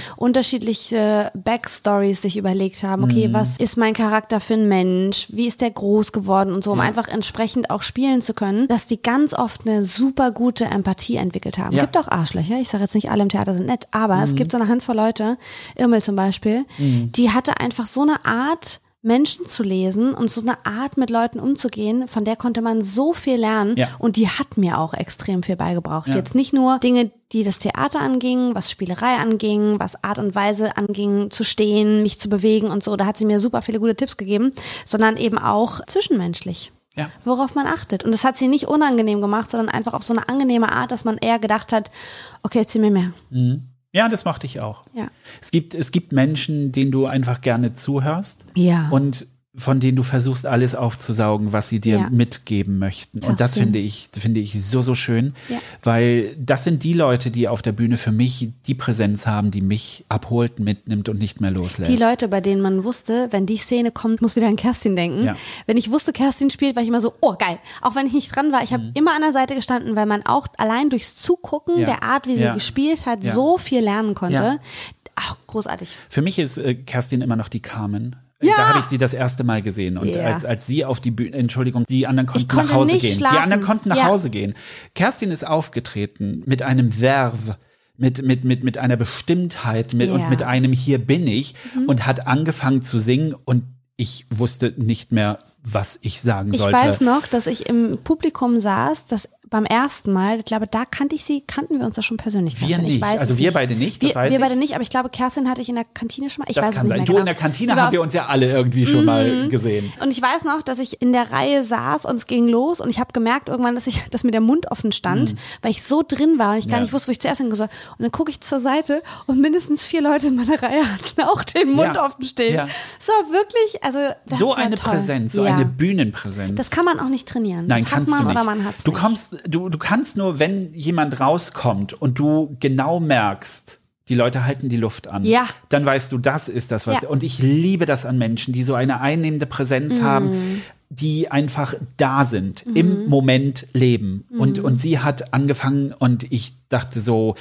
Speaker 2: unterschiedliche Backstories sich überlegt haben,
Speaker 3: Mhm.
Speaker 2: okay, was ist mein Charakter für ein Mensch, wie ist der groß geworden und so, um einfach entsprechend auch spielen zu können, dass die ganz oft eine super gute Empathie entwickelt haben.
Speaker 3: Ja.
Speaker 2: Gibt auch Arschlöcher, ich sage jetzt nicht alle im Theater sind
Speaker 3: Mhm.
Speaker 2: nett, aber es gibt so eine Handvoll Leute, Irmel zum Beispiel, die hatte einfach so eine Art, Menschen zu lesen und so eine Art mit Leuten umzugehen, von der konnte man so viel lernen.
Speaker 3: Ja.
Speaker 2: Und die hat mir auch extrem viel beigebracht.
Speaker 3: Ja.
Speaker 2: Jetzt nicht nur Dinge, die das Theater angingen, was Spielerei anging, was Art und Weise anging, zu stehen, mich zu bewegen und so. Da hat sie mir super viele gute Tipps gegeben, sondern eben auch zwischenmenschlich
Speaker 3: Ja.
Speaker 2: worauf man achtet. Und das hat sie nicht unangenehm gemacht, sondern einfach auf so eine angenehme Art, dass man eher gedacht hat, okay, erzähl mir mehr.
Speaker 3: Ja, das mochte ich auch.
Speaker 2: Ja.
Speaker 3: Es gibt, es gibt Menschen, denen du einfach gerne zuhörst
Speaker 2: Ja.
Speaker 3: und von denen du versuchst, alles aufzusaugen, was sie dir
Speaker 2: Ja.
Speaker 3: mitgeben möchten. Und das
Speaker 2: Absolut.
Speaker 3: finde ich, finde ich so, so schön,
Speaker 2: Ja.
Speaker 3: weil das sind die Leute, die auf der Bühne für mich die Präsenz haben, die mich abholt, mitnimmt und nicht mehr loslässt.
Speaker 2: Die Leute, bei denen man wusste, wenn die Szene kommt, muss wieder an Kerstin denken.
Speaker 3: Ja.
Speaker 2: Wenn ich wusste, Kerstin spielt, war ich immer so, oh geil. Auch wenn ich nicht dran war, ich habe immer an der Seite gestanden, weil man auch allein durchs Zugucken
Speaker 3: Mhm. Ja.
Speaker 2: der Art, wie sie
Speaker 3: Ja.
Speaker 2: gespielt hat,
Speaker 3: Ja.
Speaker 2: so viel lernen konnte.
Speaker 3: Ja.
Speaker 2: Ach, großartig.
Speaker 3: Für mich ist äh, Kerstin immer noch die Carmen. Äh,
Speaker 2: Ja!
Speaker 3: Da habe ich sie das erste Mal gesehen. Und
Speaker 2: Ja.
Speaker 3: als, als sie auf die Bühne, Entschuldigung, die anderen konnten
Speaker 2: konnte
Speaker 3: nach Hause
Speaker 2: nicht
Speaker 3: gehen.
Speaker 2: schlafen.
Speaker 3: Die anderen konnten nach
Speaker 2: Ja.
Speaker 3: Hause gehen. Kerstin ist aufgetreten mit einem Verve, mit, mit, mit, mit einer Bestimmtheit mit,
Speaker 2: Ja. Mhm.
Speaker 3: und mit einem Hier bin ich und hat angefangen zu singen und ich wusste nicht mehr, was ich sagen
Speaker 2: Ich
Speaker 3: sollte.
Speaker 2: weiß noch, dass ich im Publikum saß, dass beim ersten Mal, ich glaube, da kannte ich sie, kannten wir uns da schon persönlich.
Speaker 3: Wir
Speaker 2: Kerstin. ich
Speaker 3: nicht.
Speaker 2: Weiß
Speaker 3: Also
Speaker 2: es
Speaker 3: wir
Speaker 2: nicht.
Speaker 3: beide nicht, das
Speaker 2: wir,
Speaker 3: weiß
Speaker 2: wir
Speaker 3: ich.
Speaker 2: beide nicht, aber ich glaube, Kerstin hatte ich in der Kantine schon mal. Ich
Speaker 3: das
Speaker 2: weiß es
Speaker 3: kann
Speaker 2: nicht
Speaker 3: sein.
Speaker 2: mehr
Speaker 3: Du
Speaker 2: genau.
Speaker 3: in der Kantine
Speaker 2: Aber Mhm.
Speaker 3: haben wir uns ja alle irgendwie schon mal gesehen.
Speaker 2: und ich weiß noch, dass ich in der Reihe saß und es ging los und ich habe gemerkt irgendwann, dass ich, dass mir der Mund offen stand, weil ich so drin war und ich gar
Speaker 3: Mhm. Ja.
Speaker 2: nicht wusste, wo ich zuerst hingesagt. Und dann gucke ich zur Seite und mindestens vier Leute in meiner Reihe hatten auch den Mund
Speaker 3: Ja.
Speaker 2: offen stehen.
Speaker 3: Ja.
Speaker 2: Es war wirklich, also das
Speaker 3: so
Speaker 2: war
Speaker 3: eine
Speaker 2: toll.
Speaker 3: Präsenz, so
Speaker 2: ja.
Speaker 3: eine Bühnenpräsenz.
Speaker 2: Das kann man auch nicht trainieren.
Speaker 3: Nein,
Speaker 2: das hat
Speaker 3: kannst
Speaker 2: man
Speaker 3: du nicht.
Speaker 2: oder man hat's
Speaker 3: du
Speaker 2: nicht.
Speaker 3: kommst, du, du kannst nur, wenn jemand rauskommt und du genau merkst, die Leute halten die Luft an.
Speaker 2: Ja.
Speaker 3: Dann weißt du, das ist das, was.
Speaker 2: Ja. Mhm.
Speaker 3: Und ich liebe das an Menschen, die so eine einnehmende Präsenz haben, die einfach da sind,
Speaker 2: Mhm.
Speaker 3: im Moment leben. Und, und sie hat angefangen und ich dachte so,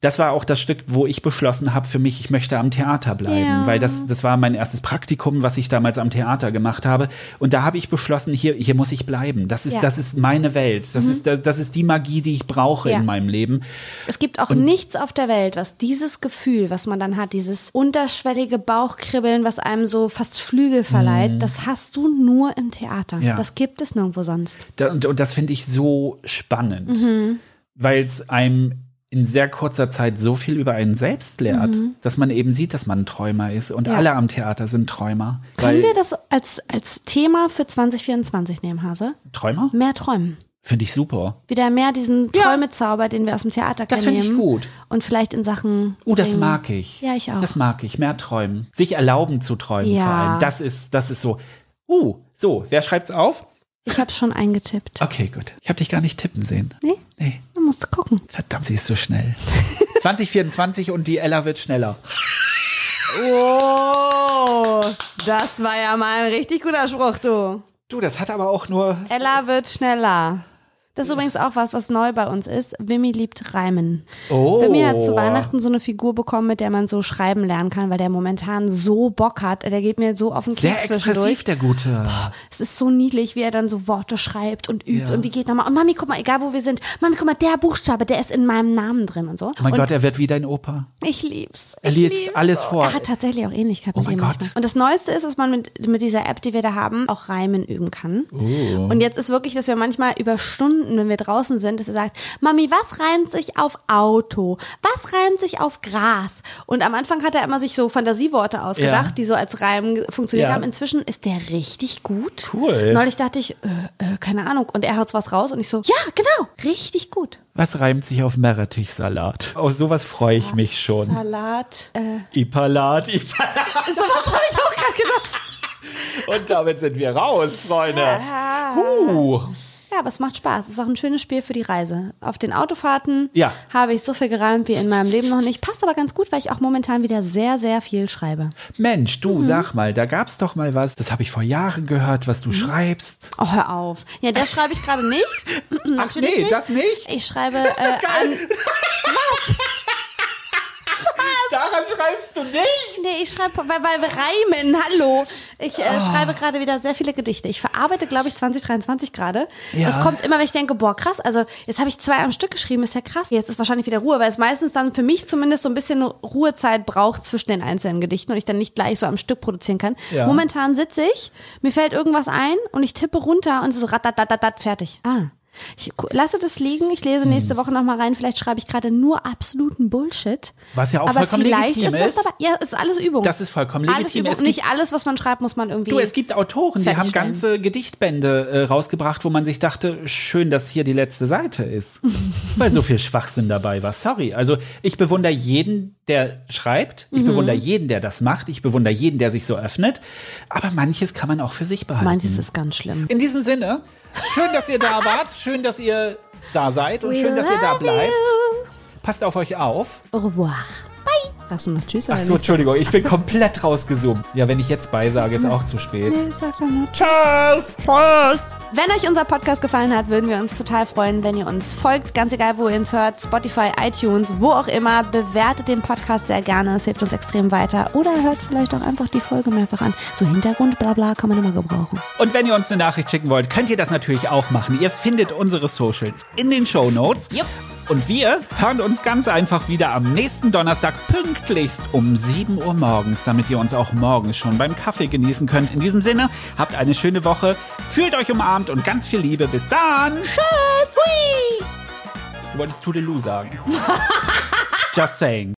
Speaker 3: das war auch das Stück, wo ich beschlossen habe für mich, ich möchte am Theater bleiben,
Speaker 2: Ja.
Speaker 3: weil das, das war mein erstes Praktikum, was ich damals am Theater gemacht habe. Und da habe ich beschlossen, hier, hier muss ich bleiben. Das ist,
Speaker 2: Ja. Mhm.
Speaker 3: das ist meine Welt. Das, ist, das, das ist die Magie, die ich brauche
Speaker 2: Ja.
Speaker 3: in meinem Leben.
Speaker 2: Es gibt auch nichts auf der Welt, was dieses Gefühl, was man dann hat, dieses unterschwellige Bauchkribbeln, was einem so fast Flügel verleiht, das hast du nur im Theater.
Speaker 3: Mhm. Ja.
Speaker 2: Das gibt es nirgendwo sonst.
Speaker 3: Da, und, und das finde ich so spannend,
Speaker 2: Mhm.
Speaker 3: weil es einem in sehr kurzer Zeit so viel über einen selbst lehrt, dass man eben sieht, dass man ein Träumer ist. Und
Speaker 2: Mhm. Ja.
Speaker 3: alle am Theater sind Träumer.
Speaker 2: Können
Speaker 3: weil,
Speaker 2: wir das als, als Thema für 2024 nehmen, Hase?
Speaker 3: Träumer?
Speaker 2: Mehr träumen.
Speaker 3: Finde ich super.
Speaker 2: Wieder mehr diesen Träumezauber, den wir aus dem Theater kennen.
Speaker 3: Das finde ich gut.
Speaker 2: Und vielleicht in Sachen.
Speaker 3: Oh, das
Speaker 2: bringen.
Speaker 3: mag ich.
Speaker 2: Hm. Ja, ich auch.
Speaker 3: Das mag ich. Mehr träumen. Sich erlauben zu träumen
Speaker 2: Ja.
Speaker 3: vor allem. Das ist, das ist so. Uh, so, wer schreibt's auf?
Speaker 2: Ich habe schon eingetippt.
Speaker 3: Okay, gut. Ich habe dich gar nicht tippen sehen.
Speaker 2: Nee?
Speaker 3: Nee.
Speaker 2: Man musste gucken.
Speaker 3: Verdammt, sie ist so schnell. 2024 und die Ella wird schneller.
Speaker 2: Oh, das war ja mal ein richtig guter Spruch, du.
Speaker 3: Du, das hat aber auch nur.
Speaker 2: Ella wird schneller. Das ist übrigens auch was, was neu bei uns ist. Wimmy liebt Reimen.
Speaker 3: Oh.
Speaker 2: Wimmy hat zu Weihnachten so eine Figur bekommen, mit der man so schreiben lernen kann, weil der momentan so Bock hat. Der geht mir so auf den
Speaker 3: Sehr
Speaker 2: Keks
Speaker 3: expressiv,
Speaker 2: zwischendurch.
Speaker 3: der Gute.
Speaker 2: Es ist so niedlich, wie er dann so Worte schreibt und übt
Speaker 3: Ja.
Speaker 2: und wie geht nochmal. Und Mami, guck mal, egal wo wir sind. Mami, guck mal, der Buchstabe, der ist in meinem Namen drin und so.
Speaker 3: Oh mein
Speaker 2: und
Speaker 3: Gott, er wird wie dein Opa.
Speaker 2: ich lieb's.
Speaker 3: Er
Speaker 2: ich
Speaker 3: liest
Speaker 2: lieb's
Speaker 3: alles
Speaker 2: so.
Speaker 3: vor.
Speaker 2: Er hat tatsächlich auch Ähnlichkeit
Speaker 3: Oh
Speaker 2: mit
Speaker 3: mein
Speaker 2: ihm
Speaker 3: Gott.
Speaker 2: manchmal. Und das Neueste ist, dass man mit, mit dieser App, die wir da haben, auch Reimen üben kann.
Speaker 3: Oh.
Speaker 2: Und jetzt ist wirklich, dass wir manchmal über Stunden, wenn wir draußen sind, dass er sagt, Mami, was reimt sich auf Auto? Was reimt sich auf Gras? Und am Anfang hat er immer sich so Fantasieworte ausgedacht,
Speaker 3: Ja.
Speaker 2: die so als Reimen ge- funktioniert
Speaker 3: Ja.
Speaker 2: haben. Inzwischen ist der richtig gut.
Speaker 3: Cool.
Speaker 2: Neulich dachte ich, äh, äh, keine Ahnung. Und er haut was raus und ich so, ja, genau, richtig gut.
Speaker 3: Was reimt sich auf Meerrettichsalat? Auf sowas freue ich mich schon.
Speaker 2: Salat, äh,
Speaker 3: Ipalat, Ipalat.
Speaker 2: sowas habe ich auch gerade gedacht.
Speaker 3: Und damit sind wir raus, Freunde. Huh.
Speaker 2: Ja, aber es macht Spaß. Es ist auch ein schönes Spiel für die Reise. Auf den Autofahrten
Speaker 3: Ja.
Speaker 2: habe ich so viel gereimt wie in meinem Leben noch nicht. Passt aber ganz gut, weil ich auch momentan wieder sehr, sehr viel schreibe.
Speaker 3: Mensch, du, sag mal, da gab's doch mal was, das habe ich vor Jahren gehört, was du schreibst.
Speaker 2: Oh, hör auf. Ja, das schreibe ich gerade nicht.
Speaker 3: Ach nee, das nicht?
Speaker 2: Ich schreibe äh, an,
Speaker 3: Daran schreibst du nicht?
Speaker 2: nee, ich schreibe, weil, weil wir reimen. Hallo. Ich äh,
Speaker 3: Ah.
Speaker 2: schreibe gerade wieder sehr viele Gedichte. Ich verarbeite, glaube ich, 2023 gerade.
Speaker 3: Ja.
Speaker 2: Das kommt immer, wenn ich denke, boah, krass, also jetzt habe ich zwei am Stück geschrieben, ist ja krass. Jetzt ist wahrscheinlich wieder Ruhe, weil es meistens dann für mich zumindest so ein bisschen Ruhezeit braucht zwischen den einzelnen Gedichten und ich dann nicht gleich so am Stück produzieren kann.
Speaker 3: Ja.
Speaker 2: Momentan sitze ich, mir fällt irgendwas ein und ich tippe runter und so ratatatatat, fertig. Ah. Ich gu- lasse das liegen, ich
Speaker 3: Hm.
Speaker 2: lese nächste Woche nochmal rein, vielleicht schreibe ich gerade nur absoluten Bullshit.
Speaker 3: Was ja auch
Speaker 2: aber
Speaker 3: vollkommen
Speaker 2: vielleicht
Speaker 3: legitim
Speaker 2: ist.
Speaker 3: ist.
Speaker 2: Was dabei. Ja, es ist alles Übung.
Speaker 3: Das ist vollkommen
Speaker 2: alles
Speaker 3: legitim.
Speaker 2: Übung.
Speaker 3: Es gibt-
Speaker 2: nicht alles, was man schreibt, muss man irgendwie.
Speaker 3: Du, es gibt Autoren, die haben
Speaker 2: Fertigstellen.
Speaker 3: ganze Gedichtbände äh, rausgebracht, wo man sich dachte, schön, dass hier die letzte Seite ist. Weil so viel Schwachsinn dabei war. Sorry. Also ich bewundere jeden, der schreibt. Ich bewundere jeden, der das macht. Ich bewundere jeden, der sich so öffnet. Aber manches kann man auch für sich behalten.
Speaker 2: Manches ist ganz schlimm.
Speaker 3: In diesem Sinne, schön, dass ihr da wart. Schön, dass ihr da seid. Und
Speaker 2: We
Speaker 3: schön, dass ihr da
Speaker 2: love
Speaker 3: bleibt. Passt auf euch auf.
Speaker 2: Au revoir. Bye. Sagst du noch Tschüss?
Speaker 3: Ach so, Entschuldigung, ich bin komplett rausgesummt. Ja, wenn ich jetzt beisage, ist auch zu spät.
Speaker 2: Sag doch noch Tschüss. Tschüss. Wenn euch unser Podcast gefallen hat, würden wir uns total freuen, wenn ihr uns folgt. Ganz egal, wo ihr uns hört. Spotify, iTunes, wo auch immer. Bewertet den Podcast sehr gerne. Es hilft uns extrem weiter. Oder hört vielleicht auch einfach die Folge mehrfach an. So Hintergrund, bla bla, kann man immer gebrauchen.
Speaker 3: Und wenn ihr uns eine Nachricht schicken wollt, könnt ihr das natürlich auch machen. Ihr findet unsere Socials in den Show Notes.
Speaker 2: Jupp.
Speaker 3: Und wir hören uns ganz einfach wieder am nächsten Donnerstag pünktlichst um 7 Uhr morgens, damit ihr uns auch morgens schon beim Kaffee genießen könnt. In diesem Sinne, habt eine schöne Woche, fühlt euch umarmt und ganz viel Liebe. Bis dann.
Speaker 2: Tschüss. Hui.
Speaker 3: Du wolltest Toodaloo sagen. Just saying.